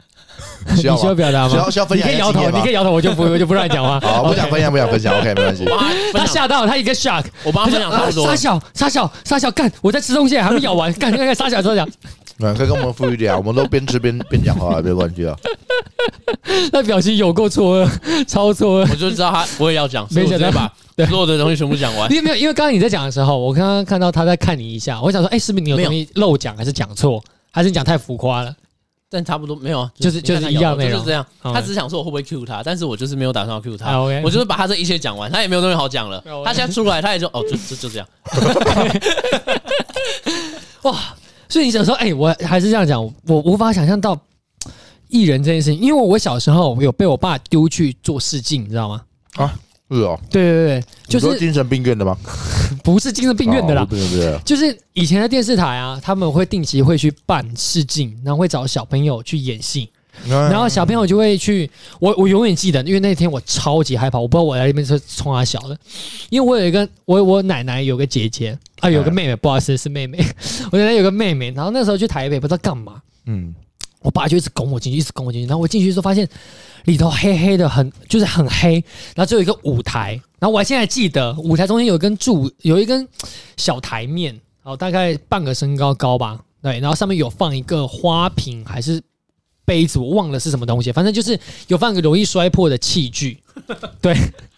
[SPEAKER 1] 需要
[SPEAKER 3] 你需要
[SPEAKER 1] 吗？
[SPEAKER 3] 表达
[SPEAKER 1] 需要
[SPEAKER 3] 吗？
[SPEAKER 1] 需要分
[SPEAKER 3] 你
[SPEAKER 1] 享
[SPEAKER 3] 可
[SPEAKER 1] 一
[SPEAKER 3] 以
[SPEAKER 1] 下
[SPEAKER 3] 摇
[SPEAKER 1] 经
[SPEAKER 3] 头，
[SPEAKER 1] 验
[SPEAKER 3] 你
[SPEAKER 1] 吗
[SPEAKER 3] 可以？摇头，我就不我就不让你讲话。
[SPEAKER 1] 好，不想分享，不想分享，OK，没关系。
[SPEAKER 2] 我帮他
[SPEAKER 3] 他
[SPEAKER 2] 分享，
[SPEAKER 3] 吓到了，他一个 shock。
[SPEAKER 2] 我帮他分享差不多
[SPEAKER 3] 啊沙。小，沙小，沙小，干！我在吃东西，还没咬完，干干干！沙小，沙小，
[SPEAKER 1] 嗯，可以跟我们富裕一点啊，我们都边吃边边讲话，没有关系啊。
[SPEAKER 3] 那表情有够错愕，超错愕。
[SPEAKER 2] 我就知道他不会要讲，所以
[SPEAKER 3] 没
[SPEAKER 2] 我直
[SPEAKER 3] 想
[SPEAKER 2] 接
[SPEAKER 3] 到
[SPEAKER 2] 把
[SPEAKER 3] 对
[SPEAKER 2] 所有的东西全部讲完。
[SPEAKER 3] 因为没有，因为刚刚你在讲的时候，我刚刚看到他在看你一下，我想说，哎、是不是你有
[SPEAKER 2] 没有
[SPEAKER 3] 东西漏讲，还是讲错，还是你讲太浮夸了？
[SPEAKER 2] 但差不多没有啊，
[SPEAKER 3] 就
[SPEAKER 2] 你
[SPEAKER 3] 是
[SPEAKER 2] 看
[SPEAKER 3] 就是
[SPEAKER 2] 他
[SPEAKER 3] 一
[SPEAKER 2] 咬
[SPEAKER 3] 样
[SPEAKER 2] 我
[SPEAKER 3] 内
[SPEAKER 2] 就
[SPEAKER 3] 容
[SPEAKER 2] 是这样。
[SPEAKER 3] 好
[SPEAKER 2] 他只是想说我会不会 Q 他，但是我就是没有打算要 Q 他
[SPEAKER 3] 好，OK，啊
[SPEAKER 2] 我就是把他这一切讲完，他也没有东西好讲了
[SPEAKER 3] 好。，OK
[SPEAKER 2] 他现在出来，他也就哦，就就就这 样。
[SPEAKER 3] 哇！所以你想说，哎、我还是这样讲，我无法想象到艺人这件事情，因为我小时候有被我爸丢去做试镜，你知道吗？
[SPEAKER 1] 是哦，
[SPEAKER 3] 对对对，就
[SPEAKER 1] 你说
[SPEAKER 3] 是
[SPEAKER 1] 精神病院的吗？
[SPEAKER 3] 不是精神病院的啦
[SPEAKER 1] 哦，对对对，
[SPEAKER 3] 就是以前的电视台啊，他们会定期会去办试镜，然后会找小朋友去演戏， 然
[SPEAKER 1] 然
[SPEAKER 3] 后小朋友就会去，我我永远记得，因为那天我超级害怕，我不知道我来那边是冲他小的，因为我有一个我我奶奶有个姐姐啊，有个妹妹，不好意思是妹妹， 我奶奶有个妹妹，然后那时候去台北不知道干嘛，
[SPEAKER 1] 嗯，
[SPEAKER 3] 我爸就一直拱我进去，一直拱我进去。然后我进去之后发现里头黑黑的很，就是很黑。然后就有一个舞台，然后我现在还记得舞台中间有一根柱，有一根小台面，哦，大概半个身高高吧。对，然后上面有放一个花瓶还是杯子，我忘了是什么东西，反正就是有放一个容易摔破的器具。 对，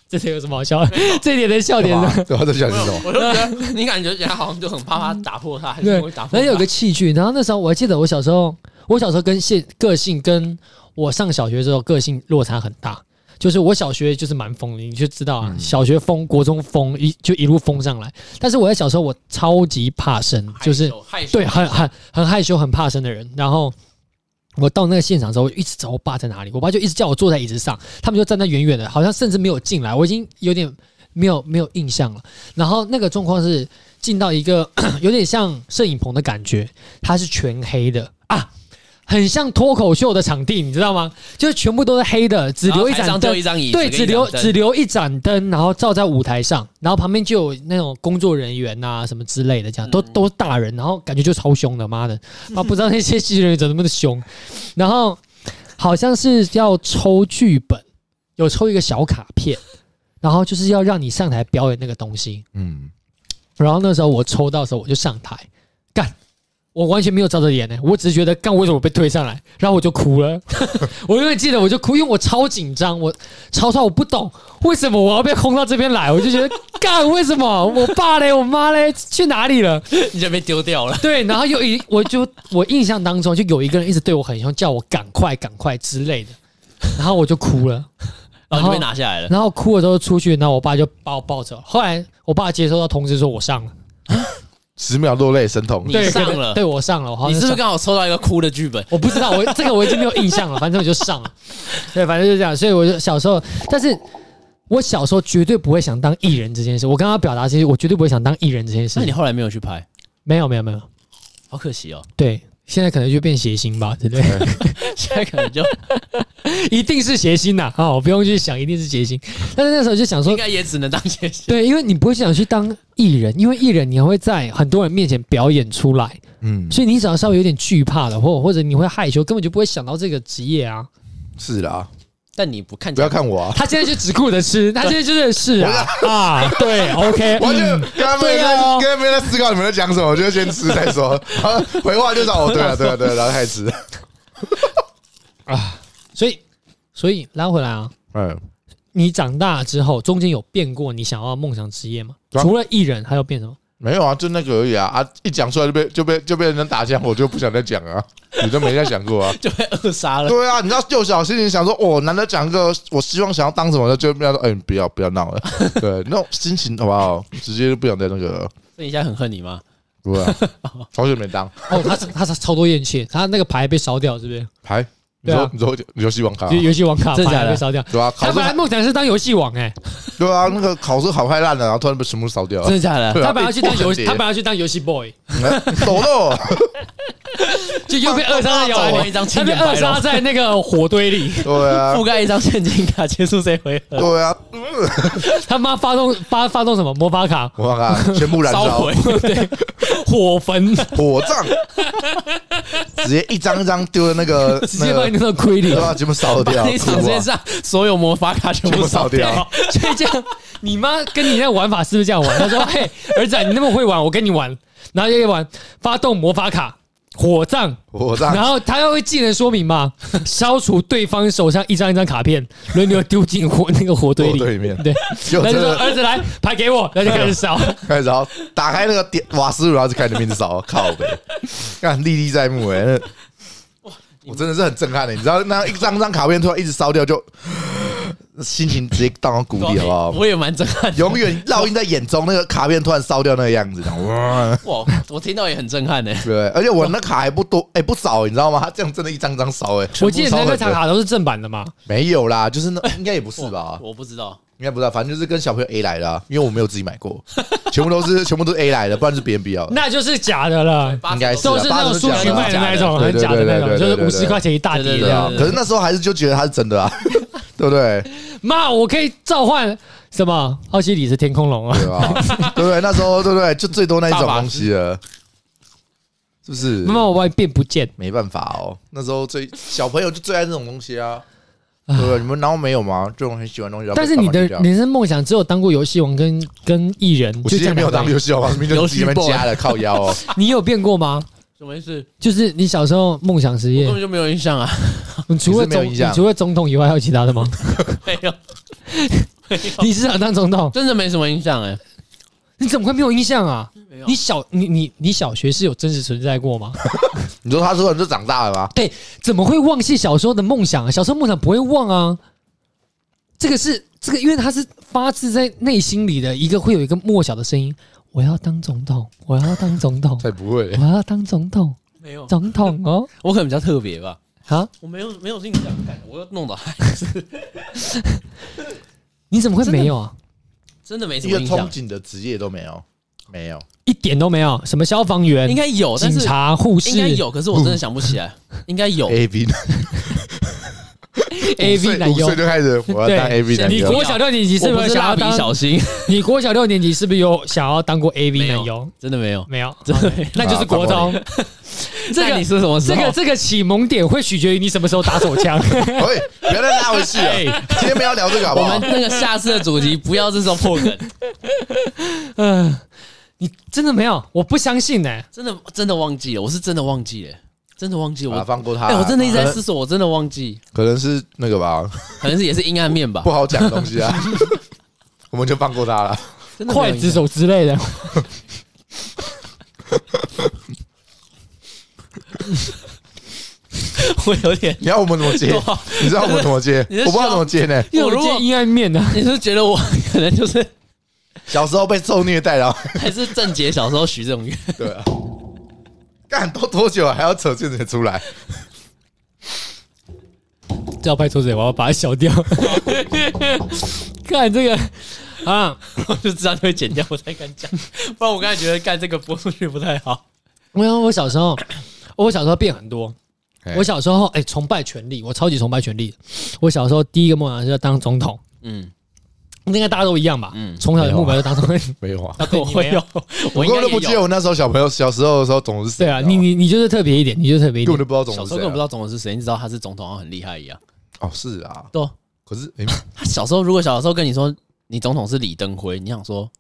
[SPEAKER 3] 这是有什么好笑的？ 这一点的笑点呢？
[SPEAKER 1] 嗯 对，他在想是什么？
[SPEAKER 2] 我就觉得你感觉人家好像就很怕他打破他，还是
[SPEAKER 3] 对
[SPEAKER 2] 会打破
[SPEAKER 3] 然后
[SPEAKER 2] 他。
[SPEAKER 3] 有个器具，然后那时候我还记得我小时候，我小时候跟现个性跟我上小学之后个性落差很大，就是我小学就是蛮疯的，你就知道啊，小学疯，国中疯，一就一路疯上来。但是我在小时候我超级怕生，
[SPEAKER 2] 害羞
[SPEAKER 3] 就是
[SPEAKER 2] 害羞
[SPEAKER 3] 对，很很很害羞、很怕生的人。然后我到那个现场之后，我一直找我爸在哪里，我爸就一直叫我坐在椅子上，他们就站在远远的，好像甚至没有进来，我已经有点没有没有印象了。然后那个状况是进到一个 有点像摄影棚的感觉，它是全黑的啊。很像脱口秀的场地，你知道吗？就是全部都是黑的，只
[SPEAKER 2] 然后
[SPEAKER 3] 留一
[SPEAKER 2] 台
[SPEAKER 3] 盏
[SPEAKER 2] 上
[SPEAKER 3] 灯
[SPEAKER 2] 就，一张椅子跟
[SPEAKER 3] 对，
[SPEAKER 2] 一张
[SPEAKER 3] 只留
[SPEAKER 2] 灯
[SPEAKER 3] 只留一盏灯，然后照在舞台上，然后旁边就有那种工作人员呐、什么之类的，这样都
[SPEAKER 2] 嗯
[SPEAKER 3] 都是大人，然后感觉就超凶的， 妈的，啊，不知道那些戏剧人员怎么那么凶，然后好像是要抽剧本，有抽一个小卡片，然后就是要让你上台表演那个东西，
[SPEAKER 1] 嗯，
[SPEAKER 3] 然后那时候我抽到的时候我就上台干。我完全没有照着演呢、我只是觉得干为什么被推上来，然后我就哭了。 我永远记得，我就哭，因为我超紧张，我超超我不懂为什么我要被轰到这边来，我就觉得干为什么我爸嘞，我妈嘞去哪里了？
[SPEAKER 2] 你 就被丢掉了。
[SPEAKER 3] 对，然后有一我就我印象当中就有一个人一直对我很凶，叫我赶快赶快之类的，然后我就哭了。
[SPEAKER 2] 然后就被拿下来了，
[SPEAKER 3] 然后哭了之后出去，然后我爸就把我抱走。后来我爸接收到通知说我上了，
[SPEAKER 1] 十秒落泪生痛
[SPEAKER 2] 你，
[SPEAKER 3] 对，
[SPEAKER 2] 上
[SPEAKER 3] 可能
[SPEAKER 2] 了
[SPEAKER 3] 对我上了，我好
[SPEAKER 2] 你
[SPEAKER 3] 像
[SPEAKER 2] 是不是
[SPEAKER 3] 上
[SPEAKER 2] 刚好抽到一个哭的剧本？
[SPEAKER 3] 我不知道，我这个我已经没有印象了，反正我就上了。 对，反正就这样。所以我就小时候，但是我小时候绝对不会想当艺人这件事。我刚刚表达这些，我绝对不会想当艺人这件事
[SPEAKER 2] 啊那。你后来没有去拍，
[SPEAKER 3] 没有，没有，没有。
[SPEAKER 2] 好可惜哦。
[SPEAKER 3] 对，现在可能就变谐星吧，对不对？
[SPEAKER 2] 现在可 能就
[SPEAKER 3] 一定是谐星 呐！啊，我不用去想，一定是谐星。但是那时候就想
[SPEAKER 2] 应
[SPEAKER 3] 说，
[SPEAKER 2] 该也只能当学习。
[SPEAKER 3] 对，因为你不会想去当艺人，因为艺人你还会在很多人面前表演出来，
[SPEAKER 1] 嗯，
[SPEAKER 3] 所以你只要稍微有点惧怕的，或或者你会害羞，根本就不会想到这个职业啊。
[SPEAKER 1] 是啦，
[SPEAKER 2] 但你不看
[SPEAKER 1] 不
[SPEAKER 2] 起来
[SPEAKER 1] 要看我啊，
[SPEAKER 3] 他现在就只顾着吃，他现在就是是啊啊，对，OK，
[SPEAKER 1] 完全
[SPEAKER 3] 嗯
[SPEAKER 1] 刚刚没
[SPEAKER 3] 对
[SPEAKER 1] 在
[SPEAKER 3] 啊
[SPEAKER 1] 刚刚没在思考你们在讲什么，我就先吃再 说，然后回话就找我，对啊对啊对啊，然后开始吃，
[SPEAKER 3] 所以所以拉回来啊，
[SPEAKER 1] 嗯，
[SPEAKER 3] 你长大之后中间有变过你想要的梦想职业吗？
[SPEAKER 1] 对啊
[SPEAKER 3] 除了艺人，还有变什么？
[SPEAKER 1] 没有啊，就那个而已啊啊，一讲出来就被就被就被人打枪，我就不想再讲 啊，你都没再讲过啊。
[SPEAKER 2] 就被扼杀了。
[SPEAKER 1] 对啊，你知道幼小心情想说，哦，难得讲一个我希望想要当什么的，就不要说，哎、不要不要 闹了，对，那种心情好不好？直接就不想再那个了，
[SPEAKER 2] 所以你现在很恨你吗？
[SPEAKER 1] 对 啊，好久没当
[SPEAKER 3] 哦，他他他超多怨气，他那个牌被烧掉，是不是？
[SPEAKER 1] 牌，哎你
[SPEAKER 3] 对
[SPEAKER 1] 说、
[SPEAKER 3] 啊
[SPEAKER 1] 你说游戏王卡、
[SPEAKER 3] 就游戏王卡
[SPEAKER 2] 真的假
[SPEAKER 3] 牌
[SPEAKER 2] 的
[SPEAKER 3] 被烧掉。
[SPEAKER 1] 对啊，考
[SPEAKER 3] 他
[SPEAKER 1] 试
[SPEAKER 3] 本来梦想是当游戏王哎、
[SPEAKER 1] 对啊，那个考试考太烂了，然后突然被全部烧掉了
[SPEAKER 2] 真，的假的？
[SPEAKER 1] 哦对啊
[SPEAKER 3] 他本来要去当游，
[SPEAKER 1] 被迫
[SPEAKER 3] 他本来要去当游戏 boy，
[SPEAKER 1] 抖漏，
[SPEAKER 3] 就又被扼 杀在摇
[SPEAKER 2] 照
[SPEAKER 3] 篮
[SPEAKER 2] 完一
[SPEAKER 3] 里，
[SPEAKER 2] 张
[SPEAKER 3] 他
[SPEAKER 2] 青
[SPEAKER 3] 被
[SPEAKER 2] 眼
[SPEAKER 3] 扼
[SPEAKER 2] 白
[SPEAKER 3] 杀
[SPEAKER 2] 龙，
[SPEAKER 3] 在那个火堆里。
[SPEAKER 1] 对啊
[SPEAKER 2] 覆，盖一张现金卡，结束这回合，
[SPEAKER 1] 对啊，
[SPEAKER 3] 他妈发动发发动什么魔法卡
[SPEAKER 1] 我看看，全部燃
[SPEAKER 2] 烧
[SPEAKER 1] 烧，
[SPEAKER 2] 毁。
[SPEAKER 3] 对，火焚，
[SPEAKER 1] 火葬， 直接一张一张丢在那个
[SPEAKER 3] 直
[SPEAKER 1] 那
[SPEAKER 3] 接把
[SPEAKER 1] 个
[SPEAKER 3] 你，弄到龟里
[SPEAKER 1] 对。啊吧？全部烧掉，
[SPEAKER 2] 把你场
[SPEAKER 1] 哭啊
[SPEAKER 2] 面上所有魔法卡全
[SPEAKER 1] 全
[SPEAKER 2] 部
[SPEAKER 1] 部
[SPEAKER 2] 扫
[SPEAKER 1] 扫
[SPEAKER 2] 掉
[SPEAKER 1] 掉。
[SPEAKER 3] 所以这样，你妈跟你那玩法是不是这样玩？她说：“ 嘿，儿子啊，你那么会玩，我跟你玩。”然后就一玩发动魔法卡。火葬，
[SPEAKER 1] 火
[SPEAKER 3] 然
[SPEAKER 1] 葬，
[SPEAKER 3] 后他要会技能说明嘛， 消除对方手上一张一张卡片，轮流丢进火那个火堆
[SPEAKER 1] 火堆里
[SPEAKER 3] 里
[SPEAKER 1] 面
[SPEAKER 3] 对，
[SPEAKER 1] 就哎真
[SPEAKER 3] 他就说：“
[SPEAKER 1] 的
[SPEAKER 3] 儿子来牌给我。”然后就开 始烧。
[SPEAKER 1] 开始烧，打开那个点瓦斯炉，然后就开始面子烧，靠呗，看历历在目哎、那我真的是很震撼的、你知道那一张张卡片突然一直烧掉，就心情直接荡到谷 底，好不好？
[SPEAKER 2] 我也蛮震撼的。
[SPEAKER 1] 永远烙印在眼中，那个卡片突然烧掉那个样子，这样哇！
[SPEAKER 2] 哇，我听到也很震 撼呢。
[SPEAKER 1] 对，而且我那卡还不 多，哎、不少，你知道吗？他这样真的一张张烧，哎，
[SPEAKER 3] 我记得你那
[SPEAKER 1] 全部
[SPEAKER 3] 个
[SPEAKER 1] 烧很多
[SPEAKER 3] 卡都是正版的嘛，
[SPEAKER 1] 没有啦，就是 那应该也不是吧？
[SPEAKER 2] 我不知道，
[SPEAKER 1] 应该不是、啊，反正就是跟小朋友 A 来的、啊，因为我没有自己买过， 全部都是全部都是 A 来的，不然就是别人必要的。
[SPEAKER 3] 那就是假的了。
[SPEAKER 1] 应该啊
[SPEAKER 3] 都是那种数据卖的那一种，很假的那种，就是五十块钱一大叠
[SPEAKER 1] 对啊
[SPEAKER 3] 的。，
[SPEAKER 1] 可是那时候还是就觉得它是真的啊， 对不对？
[SPEAKER 3] 妈，我可以召唤什么？奥西里是天空龙啊！
[SPEAKER 1] 对吧？对不对？那时候对不对？就最多那一种东西了，是不是？
[SPEAKER 3] 妈妈，我把你变不见。
[SPEAKER 1] 没办法哦，那时候最小朋友就最爱这种东西啊，对不对？你们难道没有吗？这种很喜欢的东西，
[SPEAKER 3] 但是你的人生梦想只有当过游戏王跟跟艺人，
[SPEAKER 1] 我
[SPEAKER 3] 就
[SPEAKER 1] 今
[SPEAKER 3] 这样
[SPEAKER 1] 天没有当
[SPEAKER 3] 两个
[SPEAKER 1] 游戏王，我明
[SPEAKER 2] 游
[SPEAKER 1] 天
[SPEAKER 2] 戏
[SPEAKER 1] 自己们
[SPEAKER 2] boy
[SPEAKER 1] 加了靠腰哦，
[SPEAKER 3] 你有变过吗？
[SPEAKER 2] 什么意思？
[SPEAKER 3] 就是你小时候梦想实
[SPEAKER 2] 我根
[SPEAKER 3] 业
[SPEAKER 2] 本，就没有印象 啊，
[SPEAKER 3] 你除了
[SPEAKER 1] 你是没有
[SPEAKER 3] 总，
[SPEAKER 1] 印
[SPEAKER 3] 你
[SPEAKER 1] 象
[SPEAKER 3] 除了总统以外，还有其他 的吗？
[SPEAKER 2] 没有，
[SPEAKER 3] 你是想当总统？
[SPEAKER 2] 真的没什么印象哎。
[SPEAKER 3] 你怎么会没有印象啊？
[SPEAKER 2] 没有
[SPEAKER 3] 你小你你你小学是有真实存在过吗？
[SPEAKER 1] 你说他突然就长大了吗？
[SPEAKER 3] 对，怎么会忘记小时候的梦想啊？小时候梦想不会忘啊。这个是这个，因为它是发自在内心里的一个，会有一个莫小的声音：我要当总统，我要当总统，
[SPEAKER 1] 才不会
[SPEAKER 3] 我，要当总统，
[SPEAKER 2] 没 有，
[SPEAKER 3] 总统 哦！
[SPEAKER 2] 我可能比较特别吧。
[SPEAKER 3] 啊，
[SPEAKER 2] 我没有没有印象，干我又弄到
[SPEAKER 3] 你怎么会没有啊？
[SPEAKER 2] 真的没什
[SPEAKER 1] 一
[SPEAKER 2] 么
[SPEAKER 1] 个
[SPEAKER 2] 印
[SPEAKER 1] 憧
[SPEAKER 2] 象，
[SPEAKER 1] 憬的职业都没有，没有。
[SPEAKER 3] 一点都没有，什么消防员、
[SPEAKER 2] 应该有，但
[SPEAKER 3] 警
[SPEAKER 2] 是
[SPEAKER 3] 察、护士、
[SPEAKER 2] 应该有，可是我哎真的想不起来，应该 有。
[SPEAKER 1] A V
[SPEAKER 3] A V 男
[SPEAKER 1] 五
[SPEAKER 3] 优
[SPEAKER 1] 岁。就开始我要当
[SPEAKER 3] 对
[SPEAKER 1] A V 男
[SPEAKER 3] 你
[SPEAKER 1] 优
[SPEAKER 3] 国，小六年级是
[SPEAKER 2] 我
[SPEAKER 3] 不
[SPEAKER 2] 不
[SPEAKER 3] 是
[SPEAKER 2] 是
[SPEAKER 3] 想
[SPEAKER 2] 蜡
[SPEAKER 3] 要
[SPEAKER 2] 笔
[SPEAKER 3] 当？
[SPEAKER 2] 小新，
[SPEAKER 3] 你国小六年级是不是有想要当过 A V
[SPEAKER 2] 没有
[SPEAKER 3] 男优？
[SPEAKER 2] 真的没有。
[SPEAKER 3] 没有，
[SPEAKER 2] 真的没有
[SPEAKER 3] 那就是国中。 这
[SPEAKER 2] 那
[SPEAKER 3] 个
[SPEAKER 2] 你是什么时
[SPEAKER 3] 这
[SPEAKER 2] 候？
[SPEAKER 3] 个这个启蒙点会取决于你什么时候打手 枪。
[SPEAKER 1] 喂，不要再拉回去了，
[SPEAKER 3] 哎，
[SPEAKER 1] 今天不要聊这个好不
[SPEAKER 2] 我
[SPEAKER 1] 好
[SPEAKER 2] 们？那个下次的主题不要这种破梗，
[SPEAKER 3] 嗯，你真的没有？我不相信呢、
[SPEAKER 2] 真的真的忘记了，我是真的忘记了，真的忘记
[SPEAKER 1] 好啦
[SPEAKER 2] 我。
[SPEAKER 1] 放过他
[SPEAKER 2] 哎、
[SPEAKER 1] 啦，
[SPEAKER 2] 我真的一直
[SPEAKER 1] 可
[SPEAKER 2] 在
[SPEAKER 1] 能
[SPEAKER 2] 思索，我真的忘记，
[SPEAKER 1] 可能是那个吧，
[SPEAKER 2] 可能是也是阴暗面吧
[SPEAKER 1] 不。好讲的东西啊，我们就放过他了。
[SPEAKER 2] 真的没有
[SPEAKER 3] 筷
[SPEAKER 2] 印
[SPEAKER 3] 子
[SPEAKER 2] 象，
[SPEAKER 3] 手之类 的。
[SPEAKER 2] 我有点。
[SPEAKER 1] 你要我们怎么接？
[SPEAKER 2] 哇
[SPEAKER 1] 你知道我们怎么接？
[SPEAKER 2] 你是
[SPEAKER 1] 我不知道怎么接呢。
[SPEAKER 3] 因为
[SPEAKER 2] 我
[SPEAKER 3] 我
[SPEAKER 2] 如
[SPEAKER 3] 接
[SPEAKER 2] 果
[SPEAKER 3] 阴暗面 的、
[SPEAKER 2] 你是觉得我 可能就是
[SPEAKER 1] 小时候被受虐待，然后
[SPEAKER 2] 还是郑杰小时候徐正宇，
[SPEAKER 1] 对啊，干都多久了还要扯这些出来？
[SPEAKER 3] 这要拍桌子，我要把它消 掉。 看这个啊，
[SPEAKER 2] 我就知道你会剪掉，我才敢讲。不然我刚才觉得干这个播出去不太好。
[SPEAKER 3] 我想我小时候，我小时候变很多
[SPEAKER 1] 哎。
[SPEAKER 3] 我小时候哎、崇拜权力，我超级崇拜权力的。我小时候第一个梦想是要当总统，
[SPEAKER 2] 嗯，
[SPEAKER 3] 应该大家都一样吧？
[SPEAKER 2] 嗯
[SPEAKER 3] 从小的目标就当总 统。
[SPEAKER 1] 没有啊，
[SPEAKER 3] 啊对
[SPEAKER 2] 我会
[SPEAKER 3] 你没
[SPEAKER 2] 有，我
[SPEAKER 1] 我
[SPEAKER 2] 应
[SPEAKER 1] 根本
[SPEAKER 2] 该也
[SPEAKER 1] 都不记得
[SPEAKER 2] 有
[SPEAKER 1] 我那时候小朋友小时候的时候总是谁
[SPEAKER 3] 对啊，你
[SPEAKER 1] 你知
[SPEAKER 3] 你你就是特别一点，你就是特别一
[SPEAKER 1] 道吗根
[SPEAKER 3] 点
[SPEAKER 1] 本。就不知道总
[SPEAKER 2] 小
[SPEAKER 1] 是谁
[SPEAKER 2] 时候
[SPEAKER 1] 啊
[SPEAKER 2] 根本不知道总统是谁，你知道他是总统好像很厉害一样。
[SPEAKER 1] 哦，是啊，
[SPEAKER 2] 对啊，
[SPEAKER 1] 可是哎
[SPEAKER 2] 他小时候如果小时候跟你说你总统是李登辉，你想说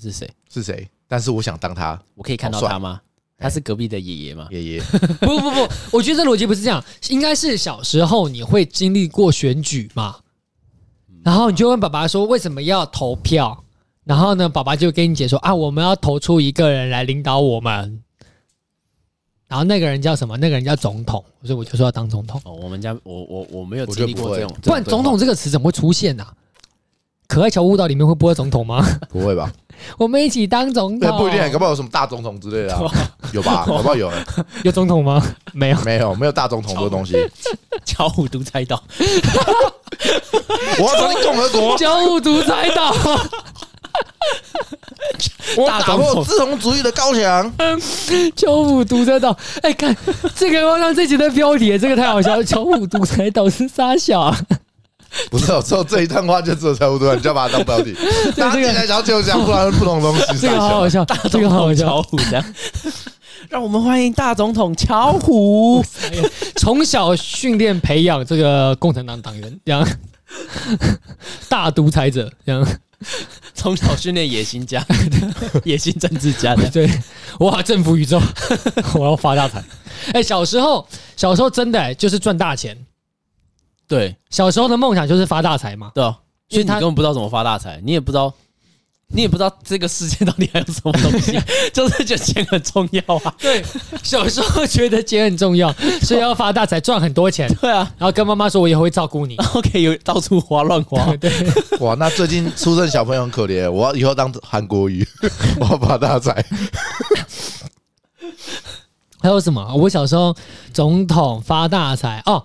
[SPEAKER 2] 是谁？
[SPEAKER 1] 是谁？但是我想当 他
[SPEAKER 2] 我可以看到
[SPEAKER 1] 好帅
[SPEAKER 2] 他吗？他是隔壁的爷爷吗？
[SPEAKER 1] 爷爷，
[SPEAKER 3] 不不 不，我觉得这逻辑不是这样，应该是小时候你会经历过选举嘛，然后你就问爸爸说为什么要投票，然后呢，爸爸就跟你解说啊，我们要投出一个人来领导我们，然后那个人叫什么？那个人叫总统，所以我就说要当总统，
[SPEAKER 2] 哦，我们家我我我没有
[SPEAKER 1] 我
[SPEAKER 2] 经历
[SPEAKER 1] 觉得不
[SPEAKER 2] 过
[SPEAKER 1] 会
[SPEAKER 2] 这种，
[SPEAKER 3] 不然
[SPEAKER 2] 这种
[SPEAKER 3] 总统这个词怎么会出现呢、啊可爱小舞蹈里面会播总统吗？
[SPEAKER 1] 不 会吧？
[SPEAKER 3] 我们一起当总
[SPEAKER 1] 对，
[SPEAKER 2] 哦
[SPEAKER 3] 统，
[SPEAKER 1] 不一定，搞不好有什么大总统之类的啊， 有吧？搞不好有，
[SPEAKER 3] 有总统吗？没有，
[SPEAKER 1] 没有没有大总统这个东 西。
[SPEAKER 2] 对吧巧虎独裁 岛，
[SPEAKER 1] 我要成立共和国，
[SPEAKER 3] 教务独裁党。
[SPEAKER 1] 我
[SPEAKER 2] 大
[SPEAKER 1] 打
[SPEAKER 2] 总
[SPEAKER 1] 破
[SPEAKER 2] 统
[SPEAKER 1] 自从主义的高墙。
[SPEAKER 3] 秋武独车道，哎、看这个要让这集的标题，这个太好 笑了。秋武独车道是傻小、啊，
[SPEAKER 1] 不是，只有这一段话就只有差不多，你就要把它当标 题。大家进来想就讲，不然不同东西。
[SPEAKER 3] 这个好好笑，这个好好笑。
[SPEAKER 2] 巧虎这 样，让我们欢迎大总统巧虎。
[SPEAKER 3] 从小训练培养这个共产党党员，这样 大独裁者，这样
[SPEAKER 2] 从小训练野心 家，野心政治家的。
[SPEAKER 3] 对，哇，征服宇宙， 我要发大财。哎、小时候，小时候真的、哎就是赚大钱，
[SPEAKER 2] 对
[SPEAKER 3] 小时候的梦想就是发大财 嘛。
[SPEAKER 2] 对啊，
[SPEAKER 3] 所
[SPEAKER 2] 所
[SPEAKER 3] 以
[SPEAKER 2] 以你
[SPEAKER 3] 他
[SPEAKER 2] 根本不知道怎么发大财，你也不知道，你也不知道这个世界到底还有什么东 西，就是觉得钱很重要啊。
[SPEAKER 3] 对，小时候觉得钱很重要，所以要发大财，赚很多钱，
[SPEAKER 2] 对啊，
[SPEAKER 3] 然后跟妈妈说，我以后会照顾你。。
[SPEAKER 2] 然后可以有到处花乱花
[SPEAKER 3] 对，
[SPEAKER 1] 哇，那最近出生小朋友很可怜，我要以后当韩国语， 我要发大财。
[SPEAKER 3] 还有什么？我小时候总统发大财哦，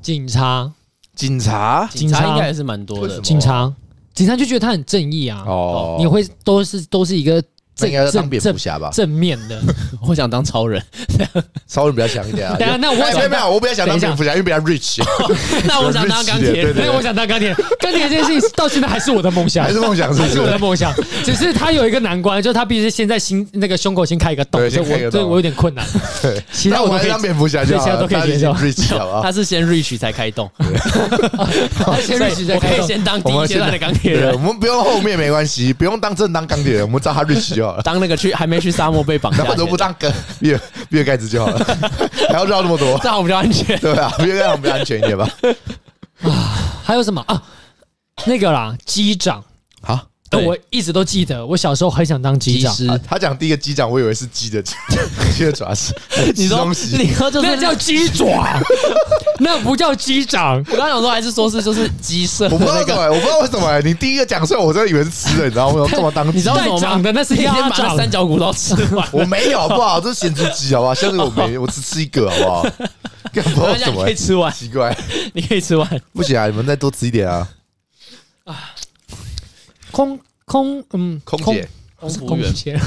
[SPEAKER 3] 警察，
[SPEAKER 1] 警察
[SPEAKER 2] 警
[SPEAKER 3] 警察
[SPEAKER 2] 察应该也是蛮多
[SPEAKER 1] 为什
[SPEAKER 2] 的
[SPEAKER 1] 么，
[SPEAKER 3] 警察，警察就觉得他很正义啊，
[SPEAKER 1] 哦，
[SPEAKER 3] 你会都是都是一个
[SPEAKER 1] 那
[SPEAKER 3] 正
[SPEAKER 1] 应该要当
[SPEAKER 3] 正
[SPEAKER 1] 蝙蝠
[SPEAKER 3] 正
[SPEAKER 1] 侠吧？
[SPEAKER 3] 正面 的。
[SPEAKER 2] 我想当超人，
[SPEAKER 1] 稍微比较强一点啊。
[SPEAKER 3] 等一下那我
[SPEAKER 1] 哎
[SPEAKER 3] 想
[SPEAKER 1] 没有没有，我比较想当
[SPEAKER 3] 等一下
[SPEAKER 1] 蝙蝠侠，因为比较 rich，
[SPEAKER 2] 那我想当钢铁
[SPEAKER 1] 对对
[SPEAKER 2] 人。
[SPEAKER 3] 没哎有，我想当钢铁，钢铁这件事情到现在还是我的梦想
[SPEAKER 1] 还，是梦想是
[SPEAKER 3] 啊还
[SPEAKER 1] 不
[SPEAKER 3] 是我的
[SPEAKER 1] 是？
[SPEAKER 3] 梦想。只是他有一个难关，就是他必须先在心那个胸口先开一个洞，
[SPEAKER 1] 对
[SPEAKER 3] 所以
[SPEAKER 1] 先开一
[SPEAKER 3] 我
[SPEAKER 1] 个
[SPEAKER 3] 对
[SPEAKER 1] 洞
[SPEAKER 3] 我有点困难。
[SPEAKER 1] 对
[SPEAKER 3] 其 他
[SPEAKER 1] 那
[SPEAKER 3] 我
[SPEAKER 1] 我还
[SPEAKER 3] 都可
[SPEAKER 1] 是
[SPEAKER 3] 以
[SPEAKER 1] 当蝙蝠侠就好
[SPEAKER 3] 其他都
[SPEAKER 1] 了，
[SPEAKER 3] 可以
[SPEAKER 1] 他已
[SPEAKER 3] 接
[SPEAKER 1] 经
[SPEAKER 3] 受
[SPEAKER 1] rich 好不好？
[SPEAKER 2] 他是先 reach 才开动，
[SPEAKER 3] 他 先
[SPEAKER 2] 所以
[SPEAKER 3] reach 再
[SPEAKER 2] 我
[SPEAKER 3] 开
[SPEAKER 2] 可以
[SPEAKER 3] 洞。
[SPEAKER 2] 先当第一阶段的钢铁
[SPEAKER 1] 对，
[SPEAKER 2] 人
[SPEAKER 1] 我，们不用后面没关系，不用当正当钢铁人，我们找他 rich 就好 了。
[SPEAKER 2] 当那个去还没去沙漠被绑
[SPEAKER 1] 那
[SPEAKER 2] 架
[SPEAKER 1] 为什么不
[SPEAKER 2] 前，
[SPEAKER 1] 当个比尔比尔盖茨就好 了？还要绕那么多？
[SPEAKER 2] 这样我比较安全。
[SPEAKER 1] 对啊，比尔盖茨比较安全一点吧？
[SPEAKER 3] 还有什么啊？那个啦，机长，
[SPEAKER 1] 好，
[SPEAKER 2] 对
[SPEAKER 3] 我一直都记得，我小时候很想当 机长。
[SPEAKER 1] 啊他讲第一个机长，我以为是鸡的鸡 鸡的爪子，
[SPEAKER 2] 你
[SPEAKER 1] 吃
[SPEAKER 2] 说
[SPEAKER 1] 东西。
[SPEAKER 2] 你说就是
[SPEAKER 3] 那叫鸡爪， 那不叫机长。
[SPEAKER 2] 我刚想说还是说是就是鸡舍
[SPEAKER 1] 我
[SPEAKER 2] 的
[SPEAKER 1] 不知道
[SPEAKER 2] 那
[SPEAKER 1] 怎
[SPEAKER 2] 个，
[SPEAKER 1] 么，我不知道为什么，你第一个讲出来，我真的以为是吃的，你知道吗？我干嘛当
[SPEAKER 2] 你
[SPEAKER 1] 鸡
[SPEAKER 2] 知？道为什么
[SPEAKER 3] 带
[SPEAKER 2] 吗
[SPEAKER 3] 长？的那是
[SPEAKER 2] 你先把
[SPEAKER 3] 鸭
[SPEAKER 2] 那
[SPEAKER 3] 掌，
[SPEAKER 2] 三角骨头吃
[SPEAKER 1] ，
[SPEAKER 2] 完
[SPEAKER 1] 我没有，好不好？这是咸猪鸡，好不好？下次我 没，我只吃一个，好不好？干不知道
[SPEAKER 2] 我
[SPEAKER 1] 怎
[SPEAKER 2] 想你
[SPEAKER 1] 么
[SPEAKER 2] 可以吃完，
[SPEAKER 1] 奇怪，
[SPEAKER 2] 你可以吃完。
[SPEAKER 1] 不行啊！你们再多吃一点啊！
[SPEAKER 3] 空空嗯，
[SPEAKER 1] 空姐，
[SPEAKER 3] 空
[SPEAKER 2] 空服
[SPEAKER 3] 空
[SPEAKER 2] 员
[SPEAKER 3] 姐，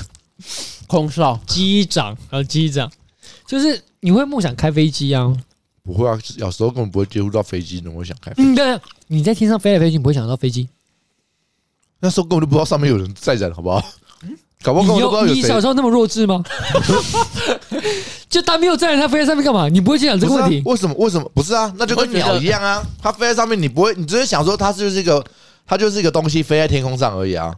[SPEAKER 2] 空少
[SPEAKER 3] 机长，然后机长，就是你会梦想开飞机啊？
[SPEAKER 1] 不会啊，有时候根本不会接触到飞机，怎么会想开？
[SPEAKER 3] 嗯，对，你在天上飞来飞去，你不会想到飞机。
[SPEAKER 1] 那时候根本就不知道上面有人在人，好不好？搞不好
[SPEAKER 3] 你
[SPEAKER 1] 根本就不知道
[SPEAKER 3] 有
[SPEAKER 1] 有
[SPEAKER 3] 嗯你小
[SPEAKER 1] 谁。
[SPEAKER 3] 时候那么弱智吗？ 就他没有站在他飞在上面干嘛？你不会去想这个
[SPEAKER 1] 不是
[SPEAKER 3] 问
[SPEAKER 1] 啊
[SPEAKER 3] 题？
[SPEAKER 1] 为什么？为什么不是啊？那就跟
[SPEAKER 2] 我觉得
[SPEAKER 1] 鸟一样啊！它飞在上面，你不会，你只是想说它就是一个，它就是一个东西飞在天空上而已啊。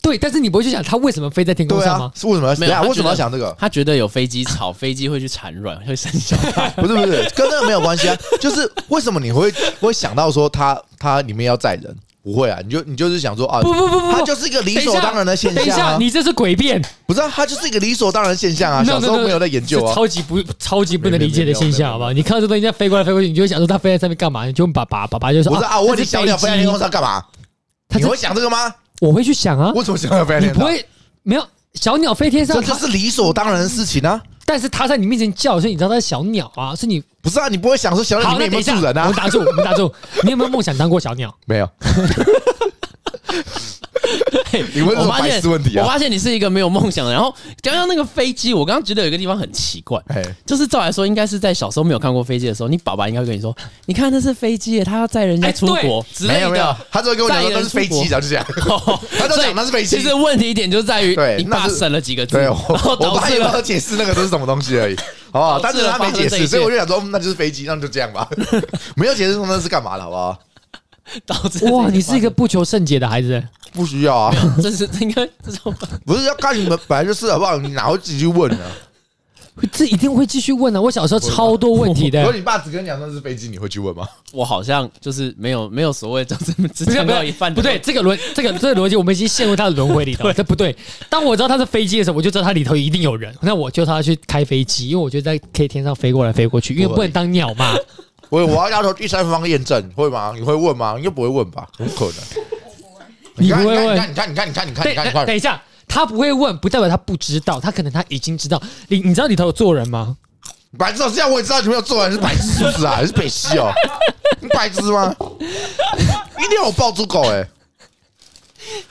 [SPEAKER 3] 对，但是你不会去想他为什么飞在天空
[SPEAKER 1] 对
[SPEAKER 3] 上
[SPEAKER 1] 啊
[SPEAKER 3] 吗？，
[SPEAKER 1] 是为什么要？
[SPEAKER 2] 没
[SPEAKER 1] 等一
[SPEAKER 2] 有
[SPEAKER 1] 下
[SPEAKER 2] 他
[SPEAKER 1] 为什么要
[SPEAKER 2] 觉得
[SPEAKER 1] 想这个？
[SPEAKER 2] 他觉得有飞机吵，飞机会去产卵，会生小 孩。
[SPEAKER 1] 不是不是，跟那个没有关系 啊。就是为什么你会会想到说它它里面要载人？不会啊，你就你就是想说啊，
[SPEAKER 3] 不不不不
[SPEAKER 1] 它
[SPEAKER 3] 不，
[SPEAKER 1] 就是一个理所当然的现
[SPEAKER 3] 等一
[SPEAKER 1] 象
[SPEAKER 3] 下，
[SPEAKER 1] 啊。
[SPEAKER 3] 你这是诡辩，
[SPEAKER 1] 不是啊，它就是一个理所当然的现象啊。
[SPEAKER 3] No, no,
[SPEAKER 1] 小时候
[SPEAKER 3] no,
[SPEAKER 1] 没有在研究
[SPEAKER 3] 是
[SPEAKER 1] 啊。
[SPEAKER 3] 超级不超级不能理解的现象，好不好？你看到这东西在飞过来飞过去，你就会想说它飞在上面干嘛？你就问爸爸，爸爸就说
[SPEAKER 1] 不是啊，我问你，小鸟飞在天空，
[SPEAKER 3] 那是
[SPEAKER 1] 上干嘛？
[SPEAKER 3] 它
[SPEAKER 1] 你
[SPEAKER 3] 是
[SPEAKER 1] 会想这个吗？
[SPEAKER 3] 我会去想啊，
[SPEAKER 1] 为什么小鸟飞在
[SPEAKER 3] 你
[SPEAKER 1] 天
[SPEAKER 3] 不
[SPEAKER 1] 空上？
[SPEAKER 3] 会没有小鸟飞天上
[SPEAKER 1] 这，就是理所当然的事情啊。
[SPEAKER 3] 但是它在你面前叫，所以你知道它是小鸟啊，是你
[SPEAKER 1] 不是啊，你不会想说小鸟
[SPEAKER 3] 好，
[SPEAKER 1] 里面
[SPEAKER 3] 那
[SPEAKER 1] 有没有
[SPEAKER 3] 等一下，
[SPEAKER 1] 住
[SPEAKER 3] 我
[SPEAKER 1] 人啊
[SPEAKER 3] 们？打住，我们 打住。你有没有梦想当过小鸟？
[SPEAKER 1] 没 有，你问这
[SPEAKER 2] 我
[SPEAKER 1] 种
[SPEAKER 2] 发
[SPEAKER 1] 白
[SPEAKER 2] 现
[SPEAKER 1] 痴问题
[SPEAKER 2] 我
[SPEAKER 1] 啊？
[SPEAKER 2] 发现你是一个没有梦想的。然后刚刚那个飞机，我刚刚觉得有一个地方很奇怪，
[SPEAKER 1] 哎，
[SPEAKER 2] 就是照来说，应该是在小时候没有看过飞机的时候，你爸爸应该会跟你说：“你看那是飞机耶，他要载人家
[SPEAKER 3] 哎
[SPEAKER 2] 出
[SPEAKER 3] 对
[SPEAKER 2] 国之类
[SPEAKER 1] 没有没有
[SPEAKER 2] 的。”，
[SPEAKER 1] 他只会跟我讲说
[SPEAKER 2] 载
[SPEAKER 1] 那
[SPEAKER 2] 人
[SPEAKER 1] 是飞
[SPEAKER 2] 出
[SPEAKER 1] 机，
[SPEAKER 2] 国
[SPEAKER 1] 然后就这样。
[SPEAKER 2] 哦，
[SPEAKER 1] 他都
[SPEAKER 2] 所以
[SPEAKER 1] 讲那是飞机
[SPEAKER 2] 其实问题点就在于
[SPEAKER 1] 对
[SPEAKER 2] 你
[SPEAKER 1] 那
[SPEAKER 2] 爸
[SPEAKER 1] 是
[SPEAKER 2] 省了几个字，
[SPEAKER 1] 对，
[SPEAKER 2] 然
[SPEAKER 1] 我
[SPEAKER 2] 后
[SPEAKER 1] 我
[SPEAKER 2] 导
[SPEAKER 1] 爸
[SPEAKER 2] 致
[SPEAKER 1] 也没有
[SPEAKER 2] 了
[SPEAKER 1] 解释那个都是什么东西 而已，好不好？
[SPEAKER 2] 导
[SPEAKER 1] 但
[SPEAKER 2] 致
[SPEAKER 1] 是
[SPEAKER 2] 了
[SPEAKER 1] 他没解
[SPEAKER 2] 发生这一
[SPEAKER 1] 释，
[SPEAKER 2] 切
[SPEAKER 1] 所以我就想说，嗯那就是飞机，那就这样吧。 没有解释说那是干嘛的，好不好？
[SPEAKER 2] 导致
[SPEAKER 3] 哇，
[SPEAKER 2] 这
[SPEAKER 3] 你是一个不求甚解的孩子。
[SPEAKER 1] 不需要啊，
[SPEAKER 2] 这是应该这种
[SPEAKER 1] 不是要看你们本来就是好不好？你哪会自己去问啊 呢？
[SPEAKER 3] 这一定会继续问啊！我小时候超多问题
[SPEAKER 1] 如果
[SPEAKER 3] 的。
[SPEAKER 1] 你爸只跟你讲那是飞机，你会去问吗？
[SPEAKER 2] 我好像就是没有没有所谓，就是只
[SPEAKER 3] 不是
[SPEAKER 2] 见
[SPEAKER 3] 不
[SPEAKER 2] 到一
[SPEAKER 3] 是
[SPEAKER 2] 半
[SPEAKER 3] 不对，，这个逻这个这个逻辑，我们已经陷入他的轮回里头了。这不对。当我知道他是飞机的时候，我就知道它里头一定有人。那我就他去开飞机，因为我觉得在可以天上飞过来飞过去，因为不能当鸟嘛。
[SPEAKER 1] 我我要要求第三方验证，会吗？你会问吗？应该不会问吧？不可能。
[SPEAKER 3] 你不会
[SPEAKER 1] 你
[SPEAKER 3] 问。
[SPEAKER 1] 看，你看，你看，你看，
[SPEAKER 3] 等
[SPEAKER 1] 你看，你看，你
[SPEAKER 3] 等
[SPEAKER 1] 看，
[SPEAKER 3] 一下，他不会问，不代表他不知道，他可能他已经知道。你你知道里头有做人吗？
[SPEAKER 1] 白痴！这样我也知道你没有做完，是白痴是不是啊？你是北 欸西哦？你白痴吗？一定要我爆猪狗哎！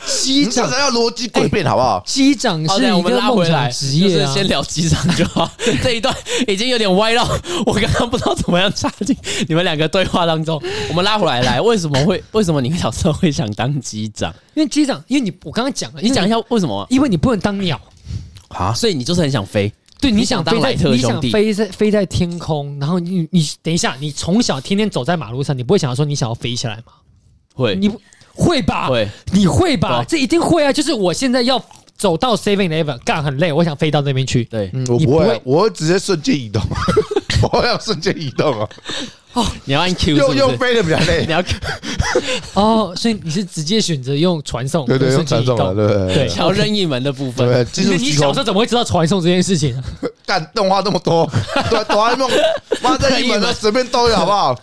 [SPEAKER 3] 机
[SPEAKER 1] 你常
[SPEAKER 3] 长，
[SPEAKER 1] 常要逻辑诡辩好不好？
[SPEAKER 3] 机长
[SPEAKER 2] 好
[SPEAKER 3] 是
[SPEAKER 2] 的，我
[SPEAKER 3] 一
[SPEAKER 2] 们
[SPEAKER 3] 个
[SPEAKER 2] 拉
[SPEAKER 3] 梦
[SPEAKER 2] 回
[SPEAKER 3] 想
[SPEAKER 2] 来，
[SPEAKER 3] 职业
[SPEAKER 2] 就是
[SPEAKER 3] 啊。
[SPEAKER 2] 先聊机长就 好。这一段已经有点歪到， 我刚刚不知道怎么样插进 你们两个对话当中。我们拉回来，来，为什么会 为什么你小时候会想当机长？
[SPEAKER 3] 因为机长，因为你我刚刚讲了，
[SPEAKER 2] 你讲一
[SPEAKER 3] 下，
[SPEAKER 2] 下为什么
[SPEAKER 1] 嗯
[SPEAKER 3] 因为你不能当鸟，
[SPEAKER 2] 啊？所以你就是很想飞，
[SPEAKER 3] 对，
[SPEAKER 2] 你
[SPEAKER 3] 你
[SPEAKER 2] 想
[SPEAKER 3] 想
[SPEAKER 2] 当
[SPEAKER 3] 飞在
[SPEAKER 2] 莱特
[SPEAKER 3] 你
[SPEAKER 2] 兄
[SPEAKER 3] 想
[SPEAKER 2] 弟
[SPEAKER 3] 飞在飞在天空，然后你你等一下，你从小天天走在马路上，你不会想要说你想要飞起来吗？
[SPEAKER 2] 会
[SPEAKER 3] 你不会吧？
[SPEAKER 2] 会
[SPEAKER 3] 你会
[SPEAKER 2] 对啊
[SPEAKER 3] 吧？这一定会啊！就是我现在要走到 Seven Eleven，干很累，我想飞到那边去。
[SPEAKER 2] 对，
[SPEAKER 1] 嗯，我
[SPEAKER 3] 你
[SPEAKER 1] 不
[SPEAKER 3] 不
[SPEAKER 1] 会
[SPEAKER 3] 会，
[SPEAKER 1] 我会直接瞬间移动，我要瞬间移动哦，
[SPEAKER 2] 你要按 Q 是
[SPEAKER 1] 用
[SPEAKER 2] 不
[SPEAKER 1] 用
[SPEAKER 2] 是？
[SPEAKER 1] 飞的比较累
[SPEAKER 2] 你。要
[SPEAKER 3] 哦，所以你是直接选择用传送，
[SPEAKER 1] 对对，
[SPEAKER 3] 或
[SPEAKER 1] 用
[SPEAKER 3] 者
[SPEAKER 1] 传
[SPEAKER 3] 瞬间
[SPEAKER 1] 送
[SPEAKER 3] 移
[SPEAKER 1] 了，
[SPEAKER 3] 动
[SPEAKER 1] 对不对？
[SPEAKER 3] 对
[SPEAKER 2] 想要任意门的部分，
[SPEAKER 1] 对，技术
[SPEAKER 3] 你
[SPEAKER 1] 机
[SPEAKER 3] 小
[SPEAKER 1] 构
[SPEAKER 3] 时候怎么会知道传送这件事情啊？
[SPEAKER 1] 干动画这么多，对，哆啦 A 梦，妈在一门都随便兜一下好不好？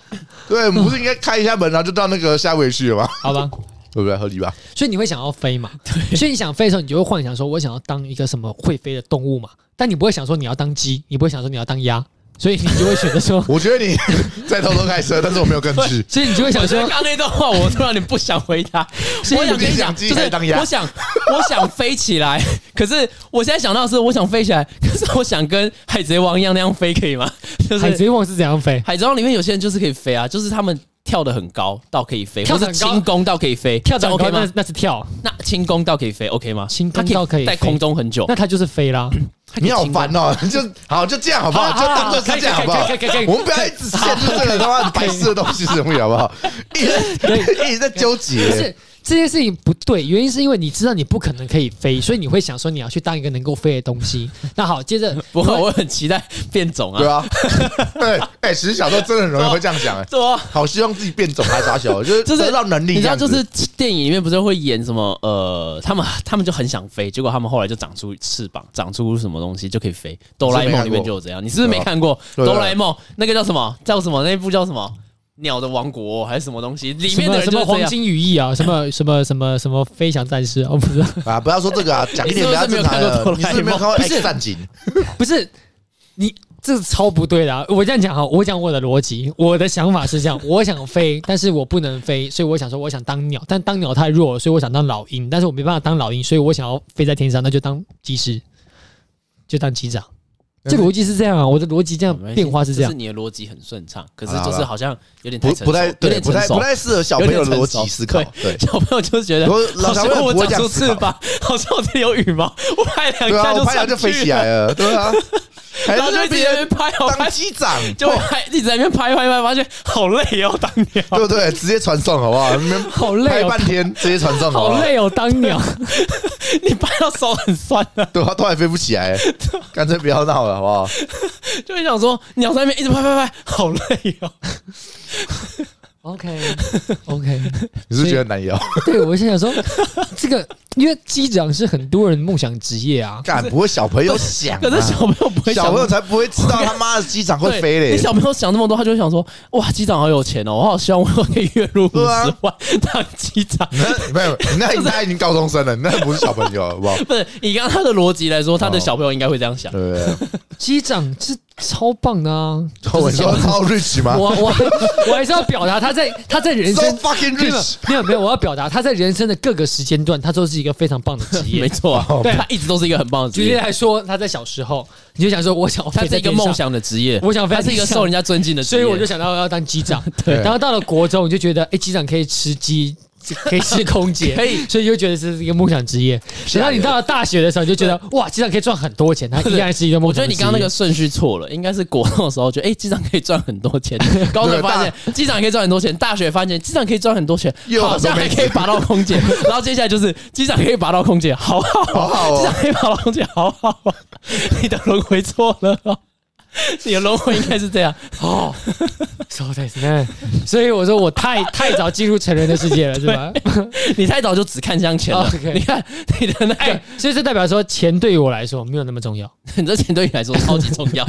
[SPEAKER 1] 对，我们不是应该开一下门，然后就到那个夏威夷去了吗？
[SPEAKER 3] 好 吧，
[SPEAKER 1] 对不对？合理吧？，
[SPEAKER 3] 所以你会想要飞嘛？所以你想飞的时候，你就会幻想说，我想要当一个什么会飞的动物嘛？但你不会想说你要当鸡，你不会想说你要当鸭，所以你就会选择说
[SPEAKER 1] 我觉得你在偷偷开车，但是我没有跟去。
[SPEAKER 3] 所以你就会想
[SPEAKER 2] 我觉得
[SPEAKER 3] 说
[SPEAKER 2] 刚，刚那段话，我突然有点不想回 答。我想跟你讲，
[SPEAKER 1] 你想鸡
[SPEAKER 2] 就是
[SPEAKER 1] 还当鸭
[SPEAKER 2] 我想，我想飞起来。 可是我现在想到的是，我想飞起来，可是我想跟海贼王一样那样飞，可以吗？ 就是
[SPEAKER 3] 海贼王是怎样飞？
[SPEAKER 2] 海贼王里面有些人就是可以飞啊，就是他们跳得很高到可以飞，
[SPEAKER 3] 跳
[SPEAKER 2] 或
[SPEAKER 3] 得
[SPEAKER 2] 是
[SPEAKER 3] 很高
[SPEAKER 2] 轻功到可以飞，
[SPEAKER 3] 跳
[SPEAKER 2] 这
[SPEAKER 3] 得
[SPEAKER 2] 样
[SPEAKER 3] 很
[SPEAKER 2] OK
[SPEAKER 3] 高，那
[SPEAKER 2] 吗？
[SPEAKER 3] 那是跳，
[SPEAKER 2] 那轻功到可以飞 OK 吗？
[SPEAKER 3] 轻功
[SPEAKER 2] 它
[SPEAKER 3] 到可以
[SPEAKER 2] 在
[SPEAKER 3] 飞
[SPEAKER 2] 空中很久
[SPEAKER 3] 那，它就是飞啦。啊
[SPEAKER 2] 它可以
[SPEAKER 1] 你好
[SPEAKER 2] 轻功
[SPEAKER 1] 烦哦！就好，就这样好不好？
[SPEAKER 3] 好
[SPEAKER 1] 就当做
[SPEAKER 3] 好
[SPEAKER 1] 是这样好不好
[SPEAKER 3] 可以可以可以可以可？以
[SPEAKER 1] 我们不要一直陷入这个他妈白痴的东西什么好不好？一直一直在纠
[SPEAKER 3] 不
[SPEAKER 1] 结。
[SPEAKER 3] 是这件事情不对，原因是因为你知道你不可能可以飞，所以你会想说你要去当一个能够飞的东 西。那好，接着
[SPEAKER 2] 不过我很期待变种
[SPEAKER 1] 对
[SPEAKER 2] 啊，
[SPEAKER 1] 啊，对，哎，其实小时候真的很容易会这样想，哎，
[SPEAKER 2] 对啊。
[SPEAKER 1] 好希望自己变种还傻小，就是
[SPEAKER 2] 就是
[SPEAKER 1] 得到能力
[SPEAKER 2] 你
[SPEAKER 1] 这
[SPEAKER 2] 知道，
[SPEAKER 1] 样子，
[SPEAKER 2] 就是电影里面不是会演什么呃，他们 他们就很想飞，结果他们后来就长出翅膀，长出什么东西就可以飞。哆啦 A 梦里面就有这样，你是不是没看过
[SPEAKER 1] 对啊
[SPEAKER 2] 哆啦 A 梦那个叫什么叫什么那部叫什么鸟的王国还是什么东西？里
[SPEAKER 3] 什
[SPEAKER 2] 面的
[SPEAKER 3] 么
[SPEAKER 2] 人
[SPEAKER 3] 什
[SPEAKER 2] 就
[SPEAKER 3] 么
[SPEAKER 2] 是这
[SPEAKER 3] 黄
[SPEAKER 2] 样。
[SPEAKER 3] 金羽翼啊，什么什么什么什么飞翔战士啊，我不知道，
[SPEAKER 1] 啊，不要说这个啊，讲一点比较正常的。你是不是没有看过《X 战警》？
[SPEAKER 3] 不是你这是超不对的、啊。我这样讲哈，我讲我的逻辑，我的想法是这样：我想飞，但是我不能飞，所以我想说我想当鸟，但当鸟太弱了，所以我想当老鹰，但是我没办法当老鹰，所以我想要飞在天上，那就当机师，就当机长。这逻辑是这样啊，我的逻辑这样变化是这样
[SPEAKER 2] 就。是你的逻辑很顺畅，可是
[SPEAKER 1] 好啦
[SPEAKER 2] 就
[SPEAKER 1] 好
[SPEAKER 2] 是
[SPEAKER 1] 啦
[SPEAKER 2] 好像有点太
[SPEAKER 1] 不
[SPEAKER 2] 成熟
[SPEAKER 1] 不太
[SPEAKER 2] 有
[SPEAKER 1] 对，
[SPEAKER 2] 点
[SPEAKER 1] 不
[SPEAKER 2] 成
[SPEAKER 1] 太
[SPEAKER 2] 熟
[SPEAKER 1] 不。太适合小朋友的逻辑思考
[SPEAKER 2] 有。
[SPEAKER 1] 对，
[SPEAKER 2] 小朋友就是觉得
[SPEAKER 1] 我，老小
[SPEAKER 2] 像
[SPEAKER 1] 朋友
[SPEAKER 2] 我
[SPEAKER 1] 不会这
[SPEAKER 2] 长
[SPEAKER 1] 样
[SPEAKER 2] 出
[SPEAKER 1] 思
[SPEAKER 2] 翅
[SPEAKER 1] 考。
[SPEAKER 2] 膀，好像我这里有羽毛，我拍两
[SPEAKER 1] 对啊，
[SPEAKER 2] 下
[SPEAKER 1] 我拍
[SPEAKER 2] 上
[SPEAKER 1] 了就飞
[SPEAKER 2] 去
[SPEAKER 1] 起来
[SPEAKER 2] 了，
[SPEAKER 1] 了。对啊，还
[SPEAKER 2] 然后就一
[SPEAKER 1] 是
[SPEAKER 2] 直
[SPEAKER 1] 别
[SPEAKER 2] 在那边
[SPEAKER 1] 人
[SPEAKER 2] 拍，好 拍
[SPEAKER 1] 当机长，
[SPEAKER 2] 就拍一直在那边拍拍拍，发现好累哦，当鸟。
[SPEAKER 1] 对不对？直接传送好不 好？你们
[SPEAKER 3] 好累
[SPEAKER 1] 拍
[SPEAKER 3] 哦
[SPEAKER 1] 半，天，直接传送好不
[SPEAKER 3] 好
[SPEAKER 1] 好？
[SPEAKER 3] 累哦，当鸟。
[SPEAKER 2] 你拍到手很酸的、
[SPEAKER 1] 对 啊，都还飞不起来，干脆不要闹了，好不 好？
[SPEAKER 2] 就会想说鸟在那边一直拍拍拍，好累 哦。
[SPEAKER 3] OK OK，
[SPEAKER 1] 你是不是觉得很难摇？哦
[SPEAKER 3] 对我是想说， 这个因为机长是很多人梦想职业啊，
[SPEAKER 1] 干不会小朋友想啊，
[SPEAKER 2] 可是小朋友不会想
[SPEAKER 1] 小朋友才不会知道他妈的机长会飞
[SPEAKER 2] 对你
[SPEAKER 1] 嘞。
[SPEAKER 2] 小朋友想那么多，他就会想说：哇，机长好有钱哦，我好希望我可以月入五
[SPEAKER 1] 对啊
[SPEAKER 2] 十万当机 长。
[SPEAKER 1] 那没有， 那应该已经高中生了，那不是小朋友，好 不好？
[SPEAKER 2] 不是，以刚刚他的逻辑来说，他的
[SPEAKER 1] 哦
[SPEAKER 2] 小朋友应该会这样想。
[SPEAKER 1] 对不对？
[SPEAKER 3] 机长是超棒的啊！
[SPEAKER 1] 我说超 rich 吗
[SPEAKER 3] 我我我还是要表达他在他在人
[SPEAKER 1] ？So
[SPEAKER 3] 生
[SPEAKER 1] fucking
[SPEAKER 3] 没有
[SPEAKER 1] rich！
[SPEAKER 3] 没有没有，我要表达他在人生的各个时间段，他都是一个非常棒的职
[SPEAKER 2] 没
[SPEAKER 3] 业。
[SPEAKER 2] 错啊，
[SPEAKER 3] 哦对
[SPEAKER 2] 他一直都是一个很棒的职
[SPEAKER 3] 举例
[SPEAKER 2] 业，
[SPEAKER 3] 来说，他在小时候，你就想说，我想
[SPEAKER 2] 他
[SPEAKER 3] 飞
[SPEAKER 2] 是
[SPEAKER 3] 在
[SPEAKER 2] 一个
[SPEAKER 3] 天上
[SPEAKER 2] 梦，想的职业，
[SPEAKER 3] 我想飞
[SPEAKER 2] 他
[SPEAKER 3] 在
[SPEAKER 2] 是一个
[SPEAKER 3] 天上
[SPEAKER 2] 受人家尊敬的职
[SPEAKER 3] 所
[SPEAKER 2] 业。
[SPEAKER 3] 以我就想到要当机长。
[SPEAKER 1] 对
[SPEAKER 3] 然后到了国中，你就觉得，哎，机长可以吃鸡，可以吃空姐，
[SPEAKER 2] 可以
[SPEAKER 3] 所以就觉得这是一个梦想职业。
[SPEAKER 1] 是啊
[SPEAKER 3] 然后你到了大学的时候，你就觉得哇，机长可以赚很多钱，它依然是一个梦
[SPEAKER 2] 我觉
[SPEAKER 3] 想
[SPEAKER 2] 得
[SPEAKER 3] 职
[SPEAKER 2] 你
[SPEAKER 3] 业。
[SPEAKER 2] 刚刚那个顺序错了，应该是国中的时候觉得，哎、机长可以赚很多 钱，高中发现机长可以赚很多钱，大学发现机长可以赚很多钱，
[SPEAKER 1] 又有
[SPEAKER 2] 好
[SPEAKER 1] 很多
[SPEAKER 2] 像还
[SPEAKER 1] 妹子
[SPEAKER 2] 可以拔到空 姐，然后接下来就是机长可以拔到空姐，好好啊，
[SPEAKER 1] 好好哦
[SPEAKER 2] 机长可以拔到空姐，好好啊，你的轮回错了哦、你的轮回应该是这样，
[SPEAKER 3] 哦，so t h i s 哎所以我说我太太早进入成人的世界了，是吧？
[SPEAKER 2] 你太早就只看向
[SPEAKER 1] 哦
[SPEAKER 2] 前了。
[SPEAKER 3] OK
[SPEAKER 2] 你看你的那个，
[SPEAKER 3] 哎，所以这代表说钱对于我来说没有那么重要。
[SPEAKER 2] 你这钱对你来说超级重要。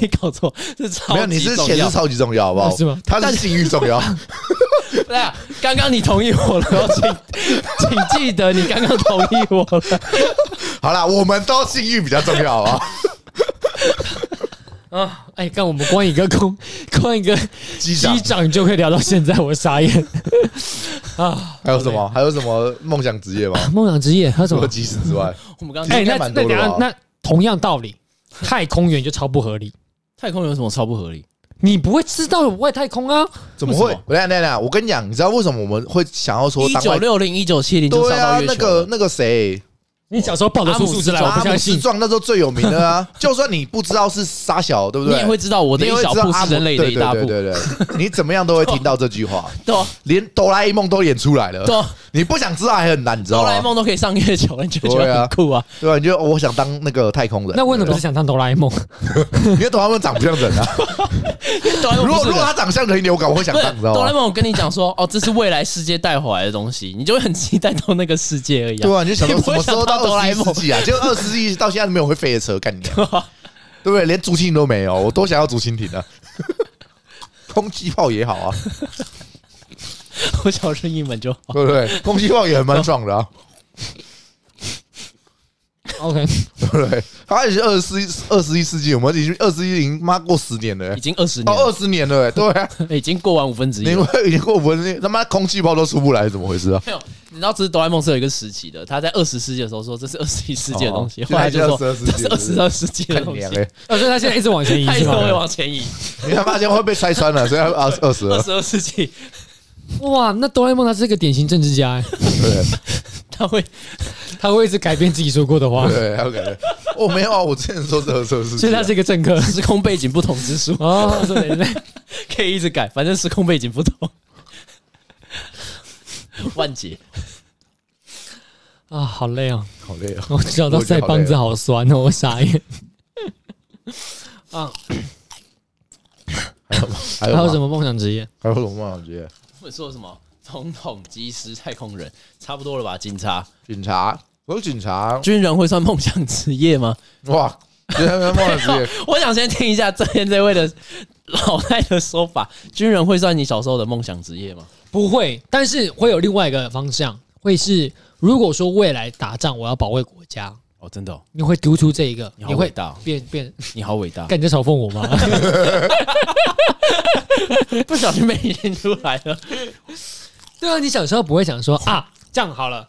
[SPEAKER 2] 你搞错，是超级重要。
[SPEAKER 1] 没有，你是钱是超级重要，好不好？
[SPEAKER 3] 是吗
[SPEAKER 1] 他是性欲重 要，
[SPEAKER 2] 对啊，刚刚你同意我了哦，请请记得你刚刚同意我了。
[SPEAKER 1] 好啦，我们都性欲比较重要啊。
[SPEAKER 3] 啊， 哎，看我们光一个空，光一个
[SPEAKER 1] 机长
[SPEAKER 3] 机，长就可以聊到现在，我傻眼。啊，
[SPEAKER 1] 还有什么？还有什么梦想职业吗？
[SPEAKER 3] 梦想职业还有什
[SPEAKER 1] 除了
[SPEAKER 3] 么？
[SPEAKER 1] 技师之外，
[SPEAKER 2] 我们刚
[SPEAKER 1] 哎
[SPEAKER 2] 刚
[SPEAKER 3] 哎，
[SPEAKER 1] 应该
[SPEAKER 3] 那
[SPEAKER 1] 蛮多
[SPEAKER 3] 那等
[SPEAKER 1] 的
[SPEAKER 3] 一下
[SPEAKER 1] 吧
[SPEAKER 3] 那同样道 理，太空员就超不合理，
[SPEAKER 2] 太空有什么超不合理？
[SPEAKER 3] 你不会知道有外太空啊。
[SPEAKER 1] 怎么会
[SPEAKER 2] 为什么？
[SPEAKER 1] 我等一下等一下，我跟你讲，你知道为什么我们会想要说
[SPEAKER 2] 一
[SPEAKER 1] 当
[SPEAKER 2] 九
[SPEAKER 1] 外？
[SPEAKER 2] 六零、一九七零就
[SPEAKER 1] 对
[SPEAKER 2] 上
[SPEAKER 1] 啊
[SPEAKER 2] 到，月
[SPEAKER 1] 那
[SPEAKER 2] 球
[SPEAKER 1] 个
[SPEAKER 2] 了，啊
[SPEAKER 1] 那个谁，
[SPEAKER 3] 你小时候报得出数字来，我
[SPEAKER 1] 阿
[SPEAKER 3] 不
[SPEAKER 1] 姆
[SPEAKER 3] 相
[SPEAKER 1] 斯
[SPEAKER 3] 信。
[SPEAKER 1] 壮那时候最有名的 啊。就算你不知道是沙小，对不
[SPEAKER 2] 你
[SPEAKER 1] 对？
[SPEAKER 2] 也会知道我的
[SPEAKER 1] 你
[SPEAKER 2] 一
[SPEAKER 1] 也会
[SPEAKER 2] 小
[SPEAKER 1] 知道
[SPEAKER 2] 步
[SPEAKER 1] 阿
[SPEAKER 2] 是
[SPEAKER 1] 姆
[SPEAKER 2] 人类的一大步，
[SPEAKER 1] 对对对对对，你怎么样都会听到这句话，
[SPEAKER 2] 对啊
[SPEAKER 1] 连哆啦 A 梦都演出来了
[SPEAKER 2] 对，啊，
[SPEAKER 1] 你不想知道还很难，你知道
[SPEAKER 2] 哆啦 A
[SPEAKER 1] 吗？
[SPEAKER 2] 梦都可以上月球了，你就觉
[SPEAKER 1] 对
[SPEAKER 2] 得
[SPEAKER 1] 啊
[SPEAKER 2] 很酷啊？
[SPEAKER 1] 对吧？你就哦我想当那个太空人，
[SPEAKER 3] 那为什么不是想当哆啦 A 梦？
[SPEAKER 1] 因为哆啦 A 梦长不像 人啊。
[SPEAKER 2] 哆啦 A
[SPEAKER 1] 如
[SPEAKER 2] 梦
[SPEAKER 1] 果如
[SPEAKER 2] 不是
[SPEAKER 1] 果
[SPEAKER 2] 人
[SPEAKER 1] 他长相人，我搞我会想
[SPEAKER 2] 不是
[SPEAKER 1] 当，你知道
[SPEAKER 2] 哆啦 A
[SPEAKER 1] 吗？
[SPEAKER 2] 梦，我跟你讲说，哦，这是未来世界带回来的东西，你就会很期待到那个世界而已、
[SPEAKER 1] 对啊，你就想到
[SPEAKER 2] 你
[SPEAKER 1] 什
[SPEAKER 2] 不会
[SPEAKER 1] 么时候
[SPEAKER 2] 想
[SPEAKER 1] 到
[SPEAKER 2] 到哆啦
[SPEAKER 1] 二
[SPEAKER 2] A
[SPEAKER 1] 十一
[SPEAKER 2] 梦
[SPEAKER 1] 世 纪啊？就二十世纪到现在都没有会飞的车，干你娘，
[SPEAKER 2] 对啊，
[SPEAKER 1] 对不对？连竹蜻蜓都没有，我多想要竹蜻蜓啊！ 空气炮也好啊，
[SPEAKER 2] 我想任意门就好。
[SPEAKER 1] 对不 对？空气炮也蛮爽的啊，
[SPEAKER 3] OK，
[SPEAKER 1] 对不对？它也是二十一二十一世纪，我们已经二十一已经妈过十年了、欸
[SPEAKER 2] 已，经二十年
[SPEAKER 1] 哦，
[SPEAKER 2] 了
[SPEAKER 1] 二，十年了、欸，对 啊，
[SPEAKER 2] 已经过完五分之一
[SPEAKER 1] 你
[SPEAKER 2] 了。
[SPEAKER 1] 们已经过文，他妈空气炮都出不来，怎么回事 啊？
[SPEAKER 2] 没有，你知道，这是哆啦 A 梦是有一个时期的，他在二十世纪的时候说这是二十一世纪的东西，
[SPEAKER 1] 哦
[SPEAKER 2] 后来就说
[SPEAKER 1] 现在是22
[SPEAKER 2] 这是二
[SPEAKER 1] 世纪
[SPEAKER 2] 十二世纪的
[SPEAKER 1] 看
[SPEAKER 2] 东
[SPEAKER 1] 你
[SPEAKER 2] 西
[SPEAKER 1] 娘，嘞！
[SPEAKER 3] 呃，所以他现在一直往前移
[SPEAKER 2] 他一
[SPEAKER 3] 是
[SPEAKER 2] 直会
[SPEAKER 3] 吗？
[SPEAKER 2] 往前移，
[SPEAKER 1] 你他妈现在会被拆穿了，所以要二二十
[SPEAKER 2] 二
[SPEAKER 1] 二，
[SPEAKER 2] 十二世纪
[SPEAKER 3] 哇，那哆啦 A 梦他是个典型政治家， 哎
[SPEAKER 1] 对
[SPEAKER 2] 他会
[SPEAKER 3] 他会一直改变自己说过的话，
[SPEAKER 1] 对，OK。我没有啊，我之前说是二十二世纪，
[SPEAKER 3] 所以他是一个政客。
[SPEAKER 2] 时空背景不同之术，
[SPEAKER 3] 哦，对对对，
[SPEAKER 2] 可以一直改，反正时空背景不同。 万劫，
[SPEAKER 3] 啊，好累哦，
[SPEAKER 1] 好累 啊。
[SPEAKER 3] 我找到腮帮子好酸哦，我傻眼。啊，
[SPEAKER 1] 还有吗？还
[SPEAKER 3] 还
[SPEAKER 1] 有
[SPEAKER 3] 有
[SPEAKER 1] 吗
[SPEAKER 3] 什？么梦想职业？
[SPEAKER 1] 还有什么梦想职业？
[SPEAKER 2] 我说什么？总统、机师、太空人，差不多了吧？警察、
[SPEAKER 1] 警察，我有警察，
[SPEAKER 2] 军人会算梦想职业吗？
[SPEAKER 1] 哇，这是梦想职业。
[SPEAKER 2] 我想先听一下这边这位的老太的说法：军人会算你小时候的梦想职业吗？
[SPEAKER 3] 不会，但是会有另外一个方向，会是如果说未来打仗我要保卫国家，
[SPEAKER 2] 哦，真的、哦，
[SPEAKER 3] 你会读出这一个，
[SPEAKER 2] 你
[SPEAKER 3] 你
[SPEAKER 2] 好伟
[SPEAKER 3] 会
[SPEAKER 2] 大哦，
[SPEAKER 3] 变变，
[SPEAKER 2] 你好伟大，
[SPEAKER 3] 干你在嘲讽我吗？
[SPEAKER 2] 不小心被你念出来了。
[SPEAKER 3] 对啊，你小时候不会想说 啊，这样好了。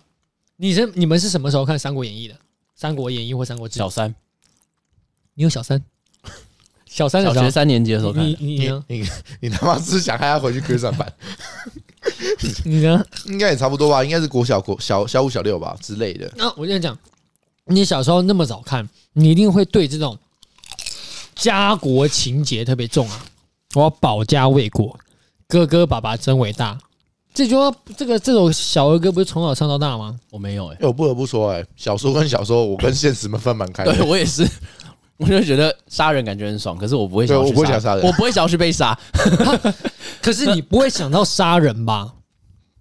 [SPEAKER 3] 你是你们是什么时候看《三国演义》的？《三国演义》或《三国志》
[SPEAKER 2] 小？三，
[SPEAKER 3] 你有小三？小三的
[SPEAKER 2] 小
[SPEAKER 3] 时候
[SPEAKER 2] 学三年级的时候看
[SPEAKER 3] 你
[SPEAKER 2] 的，
[SPEAKER 3] 你
[SPEAKER 1] 你
[SPEAKER 3] 呢？
[SPEAKER 1] 你你他妈是想害他回去科上班？
[SPEAKER 3] 你呢？
[SPEAKER 1] 应该也差不多吧，应该是国小、国小、小五、小六吧之类的。
[SPEAKER 3] 那我跟你讲，你小时候那么早看，你一定会对这种家国情节特别重啊！我要保家卫国，哥哥爸爸真伟大。这句话，这个这种小儿歌不是从小唱到大吗？
[SPEAKER 2] 我没有哎、
[SPEAKER 1] 哎，我不得不说，哎，小说跟小说，我跟现实们分蛮开的。
[SPEAKER 2] 对我也是。 我就觉得杀人感觉很爽，可是我不会想
[SPEAKER 1] 对
[SPEAKER 2] 要去
[SPEAKER 1] 我不会想杀人
[SPEAKER 2] 我不会想要去被杀。
[SPEAKER 3] 可是你不会想到杀人吧？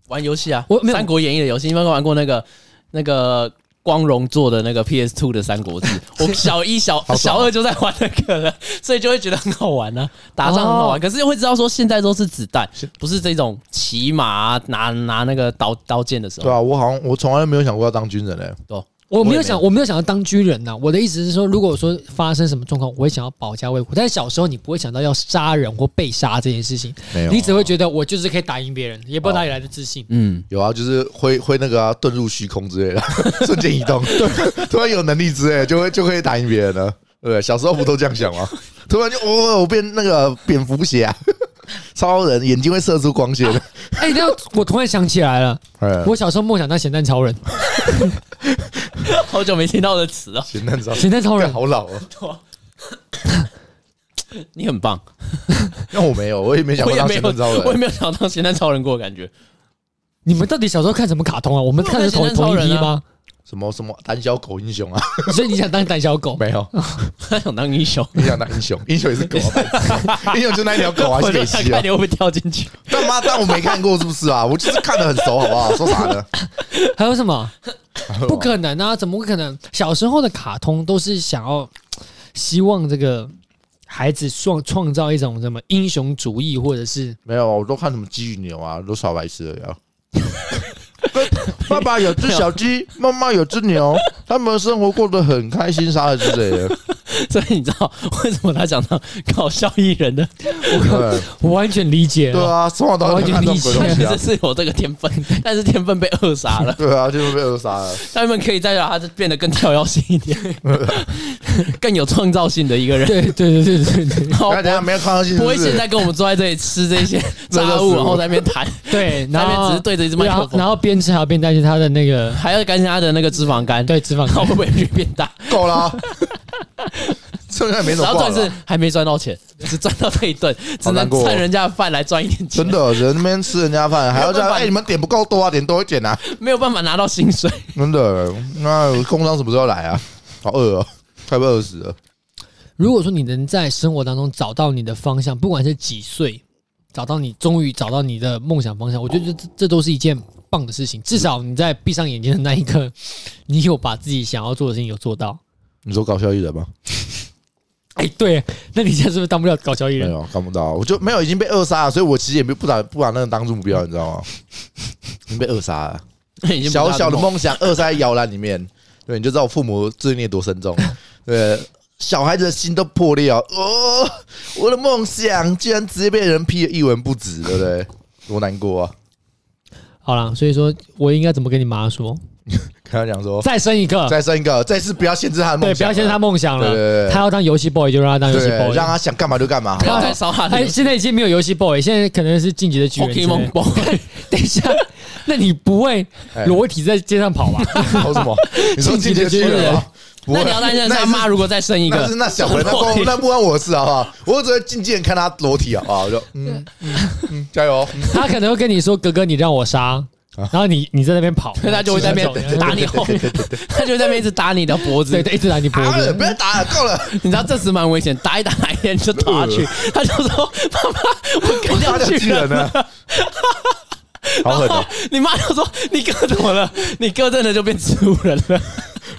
[SPEAKER 2] 玩游戏啊，
[SPEAKER 3] 我没有
[SPEAKER 2] 三国演义》的游戏，你们有没有玩过那个那个光荣做的那个 PS Two 的《三 国志》？我小一、小
[SPEAKER 1] 爽哦
[SPEAKER 2] 小二就在玩那个了， 所以就会觉得很好玩呢、打仗很好
[SPEAKER 1] 哦
[SPEAKER 2] 玩。可是又会知道说，现在都是子弹，不是这种骑马啊、拿拿那个刀刀剑的时
[SPEAKER 1] 对
[SPEAKER 2] 候。
[SPEAKER 1] 啊，我好像我从来没有想过要当军人哎。
[SPEAKER 3] 我没
[SPEAKER 1] 我
[SPEAKER 3] 有
[SPEAKER 1] 也
[SPEAKER 3] 想，我没有想要当军人呐、我的意思是说，如果说发生什么状况，我会想要保家卫国。但是小时候你不会想到要杀人或被杀这件事情，
[SPEAKER 1] 没有，
[SPEAKER 3] 你只会觉得我就是可以打赢别人，也不知道哪里来的自信。
[SPEAKER 2] 嗯，
[SPEAKER 1] 有啊，就是会会那个啊，遁入虚空之类的， 瞬间移动，对， 突然有能力之类的，就会就可以打赢别人了，对不对？小时候不都这样想吗？突然就哦，我变那个蝙蝠侠、超人，眼睛会射出光线，
[SPEAKER 3] 哎、那我突然想起来了，
[SPEAKER 1] 哎，
[SPEAKER 3] 我小时候梦想当咸蛋超人，
[SPEAKER 2] 好久没听到的词了，
[SPEAKER 1] 咸蛋超
[SPEAKER 3] 咸蛋超
[SPEAKER 1] 人
[SPEAKER 3] 人，
[SPEAKER 1] 好老哦，
[SPEAKER 2] 你很棒。
[SPEAKER 1] 那我没有，我也没想
[SPEAKER 2] 我
[SPEAKER 1] 过
[SPEAKER 2] 也
[SPEAKER 1] 当
[SPEAKER 2] 没
[SPEAKER 1] 咸
[SPEAKER 2] 有
[SPEAKER 1] 蛋超，
[SPEAKER 2] 我也
[SPEAKER 1] 人，
[SPEAKER 2] 没有想当咸蛋超人过，感觉
[SPEAKER 3] 你们到底小时候看什么卡通啊？我们看的是
[SPEAKER 2] 我
[SPEAKER 3] 同
[SPEAKER 2] 看咸蛋超
[SPEAKER 3] 同一
[SPEAKER 2] 人
[SPEAKER 3] 批
[SPEAKER 2] 啊
[SPEAKER 3] 吗？
[SPEAKER 1] 什么什么胆小狗英雄啊，
[SPEAKER 3] 所以你想当胆小狗？
[SPEAKER 1] 没有，
[SPEAKER 2] 他想当英雄。
[SPEAKER 1] 你想当英雄，英雄也是狗啊，白痴英雄就那一条狗啊，
[SPEAKER 2] 我
[SPEAKER 1] 是
[SPEAKER 2] 就
[SPEAKER 1] 北
[SPEAKER 2] 想
[SPEAKER 1] 西
[SPEAKER 2] 看
[SPEAKER 1] 啊
[SPEAKER 2] 你，会不会跳进去。
[SPEAKER 1] 但妈，但我没看过是不是啊？我就是看得很熟，好不好？说啥呢？
[SPEAKER 3] 还有 什么？不可能啊！怎么可能？小时候的卡通都是想要希望这个孩子创创造一种什么英雄主义，或者是
[SPEAKER 1] 没有，我都看什么鸡与牛啊，都耍白痴了呀。爸爸 有只小鸡，妈妈有只牛，他们生活过得很开心，啥的之类的。
[SPEAKER 2] 所以你知道为什么他讲到搞笑艺人的，啊
[SPEAKER 1] 对
[SPEAKER 3] 我完全理解
[SPEAKER 1] 对
[SPEAKER 3] 了。
[SPEAKER 1] 啊，从小到大就看这种鬼
[SPEAKER 3] 对
[SPEAKER 1] 东
[SPEAKER 2] 他
[SPEAKER 1] 西
[SPEAKER 2] 其
[SPEAKER 1] 啊
[SPEAKER 2] 实，是有这个天分，但是天分被扼杀了。
[SPEAKER 1] 对啊，就是被扼杀了。
[SPEAKER 2] 他们可以再让他变得更跳跃性一点， 更有创造性的 一个人。
[SPEAKER 3] 对对对对对对
[SPEAKER 2] 然后
[SPEAKER 1] 那等一下没有看到信，
[SPEAKER 2] 哦不会现在跟我们坐在这里吃这 些杂物，然后在那边谈，
[SPEAKER 3] 对，
[SPEAKER 2] 在
[SPEAKER 3] 然
[SPEAKER 2] 那边
[SPEAKER 3] 后
[SPEAKER 2] 只是对着一只麦
[SPEAKER 3] 然
[SPEAKER 2] 克
[SPEAKER 3] 后
[SPEAKER 2] 风，
[SPEAKER 3] 然后边吃还要边担心他的那个
[SPEAKER 2] 还要担心他的那个脂肪肝，，
[SPEAKER 3] 对脂肪
[SPEAKER 2] 然后
[SPEAKER 3] 肝。
[SPEAKER 2] 会不会变大？
[SPEAKER 1] 够了啊，这个也没什
[SPEAKER 2] 然
[SPEAKER 1] 么
[SPEAKER 2] 后
[SPEAKER 1] 挂
[SPEAKER 2] 但是
[SPEAKER 1] 了。啊
[SPEAKER 2] 还没赚到钱，只赚到这 一顿，只
[SPEAKER 1] 好难
[SPEAKER 2] 能
[SPEAKER 1] 过哦
[SPEAKER 2] 蹭人家的饭来赚一点钱
[SPEAKER 1] 真，的，人那边吃人家饭，还要这
[SPEAKER 2] 没有
[SPEAKER 1] 样？
[SPEAKER 2] 办法
[SPEAKER 1] 哎，你们点不够多啊，点多一点啊！
[SPEAKER 2] 没有办法拿到薪水。
[SPEAKER 1] 真的，那工商什么时候来啊？好饿哦，快被饿死了。
[SPEAKER 3] 如果说你能在生活当中找到你的方向，不管是几岁，找到你终于找到你的梦想方向，我觉得这这都是一件棒的事情。至少你在闭上眼睛的那一刻， 你有把自己想要做的事情有做到。
[SPEAKER 1] 你说搞笑艺人吗？
[SPEAKER 3] 哎、对，那你现在是不是当不了搞笑艺
[SPEAKER 1] 没
[SPEAKER 3] 人？
[SPEAKER 1] 有看不到，我就没有已经被扼杀了，所以我其实也没不把不把那个当做目标，你知 道吗？已经被扼杀了，
[SPEAKER 2] 已经不
[SPEAKER 1] 小
[SPEAKER 2] 大
[SPEAKER 1] 小的
[SPEAKER 2] 梦
[SPEAKER 1] 梦想扼杀在摇篮里面，对，你就知道我父母罪孽多深重 了。对，小孩子的心都破裂哦，哦，我的梦想竟然直接被人批的一文不值，对不对？多难过啊！
[SPEAKER 3] 好啦，所以说我应该怎么跟你妈说？
[SPEAKER 1] 跟他讲说，
[SPEAKER 3] 再生一个，
[SPEAKER 1] 再生一个，这次不要限制他的梦
[SPEAKER 3] 对，
[SPEAKER 1] 想，
[SPEAKER 3] 不要限制他，梦想了。
[SPEAKER 1] 对对对
[SPEAKER 3] 他要当游戏 boy 就让他当游戏
[SPEAKER 1] 对，
[SPEAKER 3] boy，
[SPEAKER 1] 让他想干嘛就干 嘛，好
[SPEAKER 2] 不
[SPEAKER 1] 不
[SPEAKER 2] 要
[SPEAKER 1] 好
[SPEAKER 2] 再烧他的
[SPEAKER 3] 哎、现在已经没有游戏 boy，现在可能是晋级的巨人之类的。
[SPEAKER 2] Pokemon Boy，
[SPEAKER 3] 等一下，那你不会
[SPEAKER 1] 哎
[SPEAKER 3] 裸体在街上跑吧？
[SPEAKER 1] 搞什么？你说进
[SPEAKER 3] 晋级
[SPEAKER 1] 阶
[SPEAKER 3] 的巨
[SPEAKER 1] 巨
[SPEAKER 3] 人
[SPEAKER 1] 人吗？不
[SPEAKER 2] 那
[SPEAKER 1] 会啊
[SPEAKER 2] 你要担心他
[SPEAKER 1] 那
[SPEAKER 2] 妈如果再生一
[SPEAKER 1] 那
[SPEAKER 2] 个
[SPEAKER 1] 是，那小回那
[SPEAKER 2] 裸
[SPEAKER 1] 不
[SPEAKER 2] 体
[SPEAKER 1] 那不关我的事好不好？我只会静静地看他裸体好不好？我就嗯嗯嗯，加油！嗯
[SPEAKER 3] 他可能会跟你说：“哥哥，你让我杀。”然后你你在那边跑，
[SPEAKER 2] 所以他就会在那边打你后面，他就会在那边一直打你的脖子
[SPEAKER 3] 对，对，一直打你脖
[SPEAKER 1] 打了，
[SPEAKER 3] 子
[SPEAKER 1] 不。要打了，够了！
[SPEAKER 2] 你知道这时蛮危险，打一打哪一天就倒下去，他就说：“妈妈，我干掉
[SPEAKER 1] 他 的巨
[SPEAKER 2] 巨人
[SPEAKER 1] 人
[SPEAKER 2] 了。
[SPEAKER 1] 呢？好狠
[SPEAKER 2] 然后
[SPEAKER 1] 啊！
[SPEAKER 2] 你妈就说：“你哥怎么了？你哥真的就变植物人了。
[SPEAKER 3] 哦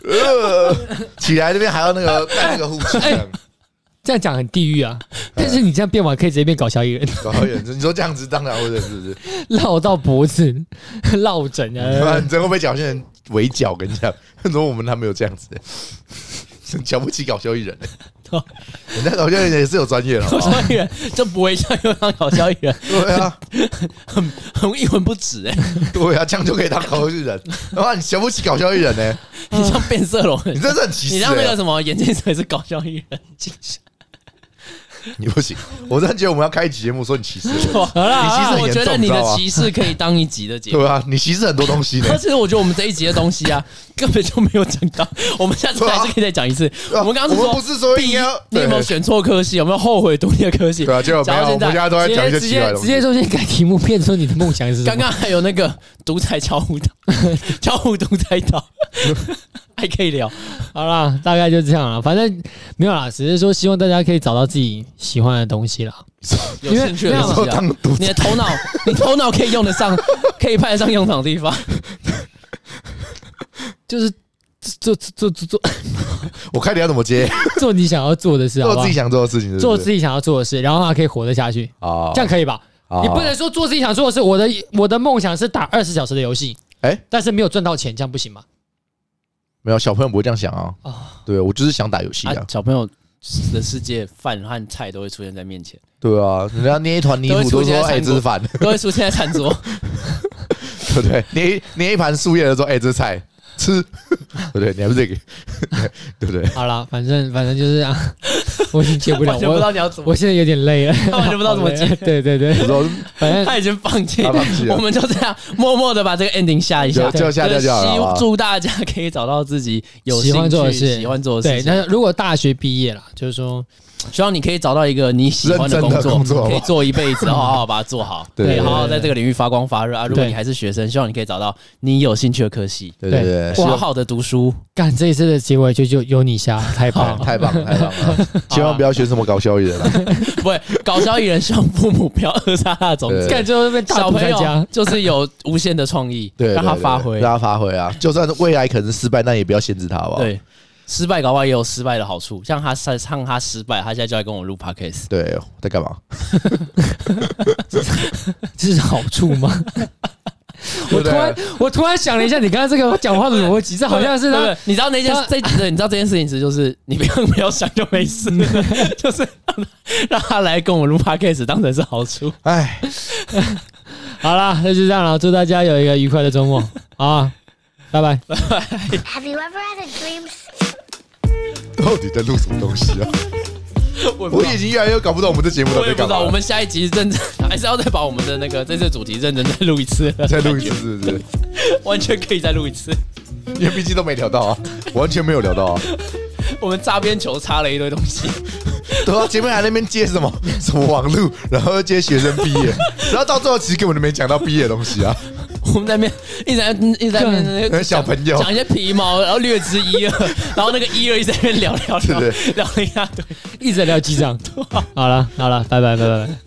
[SPEAKER 1] 呃，起来这边还要那个带那个护膝，
[SPEAKER 3] 这样讲很地狱啊！但是你这样变完可以直接变搞笑艺人，
[SPEAKER 1] 搞好远。你说这样子当然会忍是不是？
[SPEAKER 3] 绕到脖子，绕枕
[SPEAKER 1] 不
[SPEAKER 3] 啊
[SPEAKER 1] 然！你真会被侥幸人围剿。跟你讲，很多我们还没有这样子，真瞧不起搞笑艺人。人家搞笑艺人也是有专业的，好
[SPEAKER 2] 搞
[SPEAKER 1] 不好
[SPEAKER 2] 笑艺人就不会像又当搞笑艺人，
[SPEAKER 1] 对啊。
[SPEAKER 2] 很很一文不值哎、
[SPEAKER 1] 对啊，这样就可以当搞笑艺人。然后你瞧不起搞笑艺人呢、
[SPEAKER 3] 哦
[SPEAKER 2] 你像变色龙，
[SPEAKER 1] 你真是很歧视、
[SPEAKER 2] 你
[SPEAKER 1] 欸。
[SPEAKER 2] 让那个什么眼镜蛇也是搞笑艺人，
[SPEAKER 1] 你不行，我真的觉得我们要开一期节目说你歧视我，
[SPEAKER 2] 好
[SPEAKER 1] 你歧视很
[SPEAKER 2] 我
[SPEAKER 1] 严重
[SPEAKER 2] 觉得你
[SPEAKER 1] 你知
[SPEAKER 2] 的
[SPEAKER 1] 道吗
[SPEAKER 2] 歧视可以当一集的节目。
[SPEAKER 1] 对啊，你歧视很多东西呢
[SPEAKER 2] 但。是我觉得我们这一集的东西 啊，根本就没有讲到。我们下次还是可以再讲一次。
[SPEAKER 1] 对啊
[SPEAKER 2] 我们刚刚是
[SPEAKER 1] 我们不是说
[SPEAKER 2] 第
[SPEAKER 1] 应
[SPEAKER 2] 一
[SPEAKER 1] 该要，
[SPEAKER 2] 你有没有选错科系？有没有后悔读那个科系？
[SPEAKER 1] 对啊，结果没
[SPEAKER 2] 讲
[SPEAKER 1] 有，
[SPEAKER 2] 到
[SPEAKER 1] 我们现在
[SPEAKER 2] 现在，
[SPEAKER 1] 都在
[SPEAKER 3] 直
[SPEAKER 1] 讲一些
[SPEAKER 3] 接直
[SPEAKER 1] 奇怪
[SPEAKER 3] 接
[SPEAKER 1] 的东
[SPEAKER 3] 直
[SPEAKER 1] 西。
[SPEAKER 3] 接说先改题目，变说你的梦想是什
[SPEAKER 2] 刚
[SPEAKER 3] 么？
[SPEAKER 2] 刚还有那个独裁乔 舞蹈，乔舞独裁岛，还可以聊。
[SPEAKER 3] 好啦，大概就这样了。反正没有啦，只是说希望大家可以找到自己喜欢的东西啦。
[SPEAKER 2] 有兴趣的
[SPEAKER 3] 因为
[SPEAKER 2] 东
[SPEAKER 1] 说
[SPEAKER 2] 西啊
[SPEAKER 1] 当，独
[SPEAKER 2] 你的 头脑，你头脑可以用得上，可以派得上用场的地方。
[SPEAKER 3] 就是做做做做
[SPEAKER 1] 我看你要怎么 接，
[SPEAKER 3] 做你想要做的事，好
[SPEAKER 1] 做
[SPEAKER 3] 不好
[SPEAKER 1] 自己？想做的事情是不是，
[SPEAKER 3] 做自己想要做的事，然后还可以活得下去，
[SPEAKER 2] 哦
[SPEAKER 1] 啊
[SPEAKER 3] 这样可以吧？
[SPEAKER 1] 啊
[SPEAKER 3] 你不能说做自己想做的事。我的我的梦想是打二十小时的游戏，
[SPEAKER 1] 哎
[SPEAKER 3] 但是没有赚到钱，这样不行吗？
[SPEAKER 1] 没有小朋友不会这样想啊。
[SPEAKER 3] 啊，
[SPEAKER 1] 对我就是想打游戏
[SPEAKER 2] 啊
[SPEAKER 1] 啊，。
[SPEAKER 2] 小朋友的世界，饭和菜都会出现在面前，
[SPEAKER 1] 对啊，人家捏一团泥土
[SPEAKER 2] 都
[SPEAKER 1] 都
[SPEAKER 2] 会出现
[SPEAKER 1] 说
[SPEAKER 2] 在
[SPEAKER 1] 哎这是饭，
[SPEAKER 2] 都会出现在餐桌。
[SPEAKER 1] 对不对？捏一捏一盘树叶的说哎这是菜吃， 对不对？你还不是这个， 对不 对？
[SPEAKER 3] 好了，反正反正就是这样， 我已经接不了，
[SPEAKER 2] 完全不知
[SPEAKER 3] 我
[SPEAKER 2] 道你要怎么
[SPEAKER 3] 我，现在有点累了，
[SPEAKER 2] 他完全不知道怎么接
[SPEAKER 3] 好累 啊哎对对对，
[SPEAKER 1] 我说啊
[SPEAKER 3] 反正
[SPEAKER 2] 他已经放弃
[SPEAKER 1] 他放弃了
[SPEAKER 2] 我们就这样默默的把这个 ending 下一下
[SPEAKER 1] 就，就下
[SPEAKER 2] 就
[SPEAKER 1] 掉
[SPEAKER 2] 是
[SPEAKER 1] 就好了好不好
[SPEAKER 2] 希。祝大家可以找到自己有兴
[SPEAKER 3] 喜欢做的
[SPEAKER 2] 趣、
[SPEAKER 3] 事，
[SPEAKER 2] 喜欢做的
[SPEAKER 3] 对
[SPEAKER 2] 事，情。
[SPEAKER 3] 那如果大学毕业了，就是说，
[SPEAKER 2] 希望你可以找到一个你喜欢的工
[SPEAKER 1] 认真的
[SPEAKER 2] 作，
[SPEAKER 1] 工作
[SPEAKER 2] 可以做一辈子，好好把它做好，
[SPEAKER 1] 对
[SPEAKER 2] 可以
[SPEAKER 3] 对
[SPEAKER 2] 好好
[SPEAKER 3] 对对
[SPEAKER 2] 在这个领域发光发热啊！如果
[SPEAKER 3] 对
[SPEAKER 2] 你还是学生，希望你可以找到你有兴趣的科系，
[SPEAKER 1] 对对对
[SPEAKER 3] 对，
[SPEAKER 2] 好好的读书。
[SPEAKER 3] 干这一次的结尾就就有你瞎，太棒
[SPEAKER 1] 好，
[SPEAKER 3] 了，
[SPEAKER 1] 哎太棒了，太棒
[SPEAKER 2] 啊
[SPEAKER 1] 了！千万不要学什么搞笑艺啊人了。
[SPEAKER 2] 不会，搞笑艺人希望父母不要 扼杀他的种子
[SPEAKER 1] 对。
[SPEAKER 3] 干最后被大
[SPEAKER 2] 小
[SPEAKER 3] 独
[SPEAKER 2] 朋
[SPEAKER 3] 裁家
[SPEAKER 2] 友，就是有无限的创意，
[SPEAKER 1] 对，
[SPEAKER 2] 让他
[SPEAKER 1] 对对
[SPEAKER 2] 发挥
[SPEAKER 1] 让。他发挥啊！ 就算未来可能失败，那也不要限制他，好不好？
[SPEAKER 2] 对，失败搞不好也有失败的好处，像他在唱他失败，他现在就来跟我录 podcast。
[SPEAKER 1] 对，在干嘛？
[SPEAKER 3] 这是好处吗？
[SPEAKER 1] 对
[SPEAKER 3] 我
[SPEAKER 1] 不
[SPEAKER 3] 突然
[SPEAKER 1] 对？
[SPEAKER 3] 我突然想了一下，你刚刚这个讲话的逻辑，这 好像
[SPEAKER 2] 对
[SPEAKER 3] 是
[SPEAKER 2] 不
[SPEAKER 3] 他
[SPEAKER 2] 对你知道那件
[SPEAKER 3] 他
[SPEAKER 2] 这对，你知道这件事情是就是 你不要不要想就没 事，就是 让他让他来跟我们录 podcast 当成是好处。
[SPEAKER 1] 哎，
[SPEAKER 3] 好啦，那就这样了，祝大家有一个愉快的周末啊，拜拜。
[SPEAKER 4] Have you ever had a dream
[SPEAKER 1] 到底在录什么东西 啊？我已经越来越搞不懂我们这节目到
[SPEAKER 2] 我
[SPEAKER 1] 底
[SPEAKER 2] 也
[SPEAKER 1] 在干
[SPEAKER 2] 不知道，
[SPEAKER 1] 嘛
[SPEAKER 2] 我
[SPEAKER 1] 了。
[SPEAKER 2] 们下一集认真还是要再把我们的那个这次主题认真再录一次，
[SPEAKER 1] 再录一次是不是？
[SPEAKER 2] 完全可以再录一次。
[SPEAKER 1] 因为毕竟都没聊到 啊，完全没有聊到啊。
[SPEAKER 2] 我们擦边球擦了一堆东西，
[SPEAKER 1] 对啊，前面还在那边接什么什么网路，然后又接学生毕业，然后到最后其实根本就没讲到毕业的东西啊。
[SPEAKER 2] 我们在那边一直在一直在那边
[SPEAKER 1] 跟小朋友
[SPEAKER 2] 讲一些皮毛，然后略知一二，然后那个一二一直在那边聊聊聊
[SPEAKER 1] 对
[SPEAKER 2] 聊了一大堆。
[SPEAKER 3] 一直在聊机长。好了，好了，拜拜，拜拜。拜拜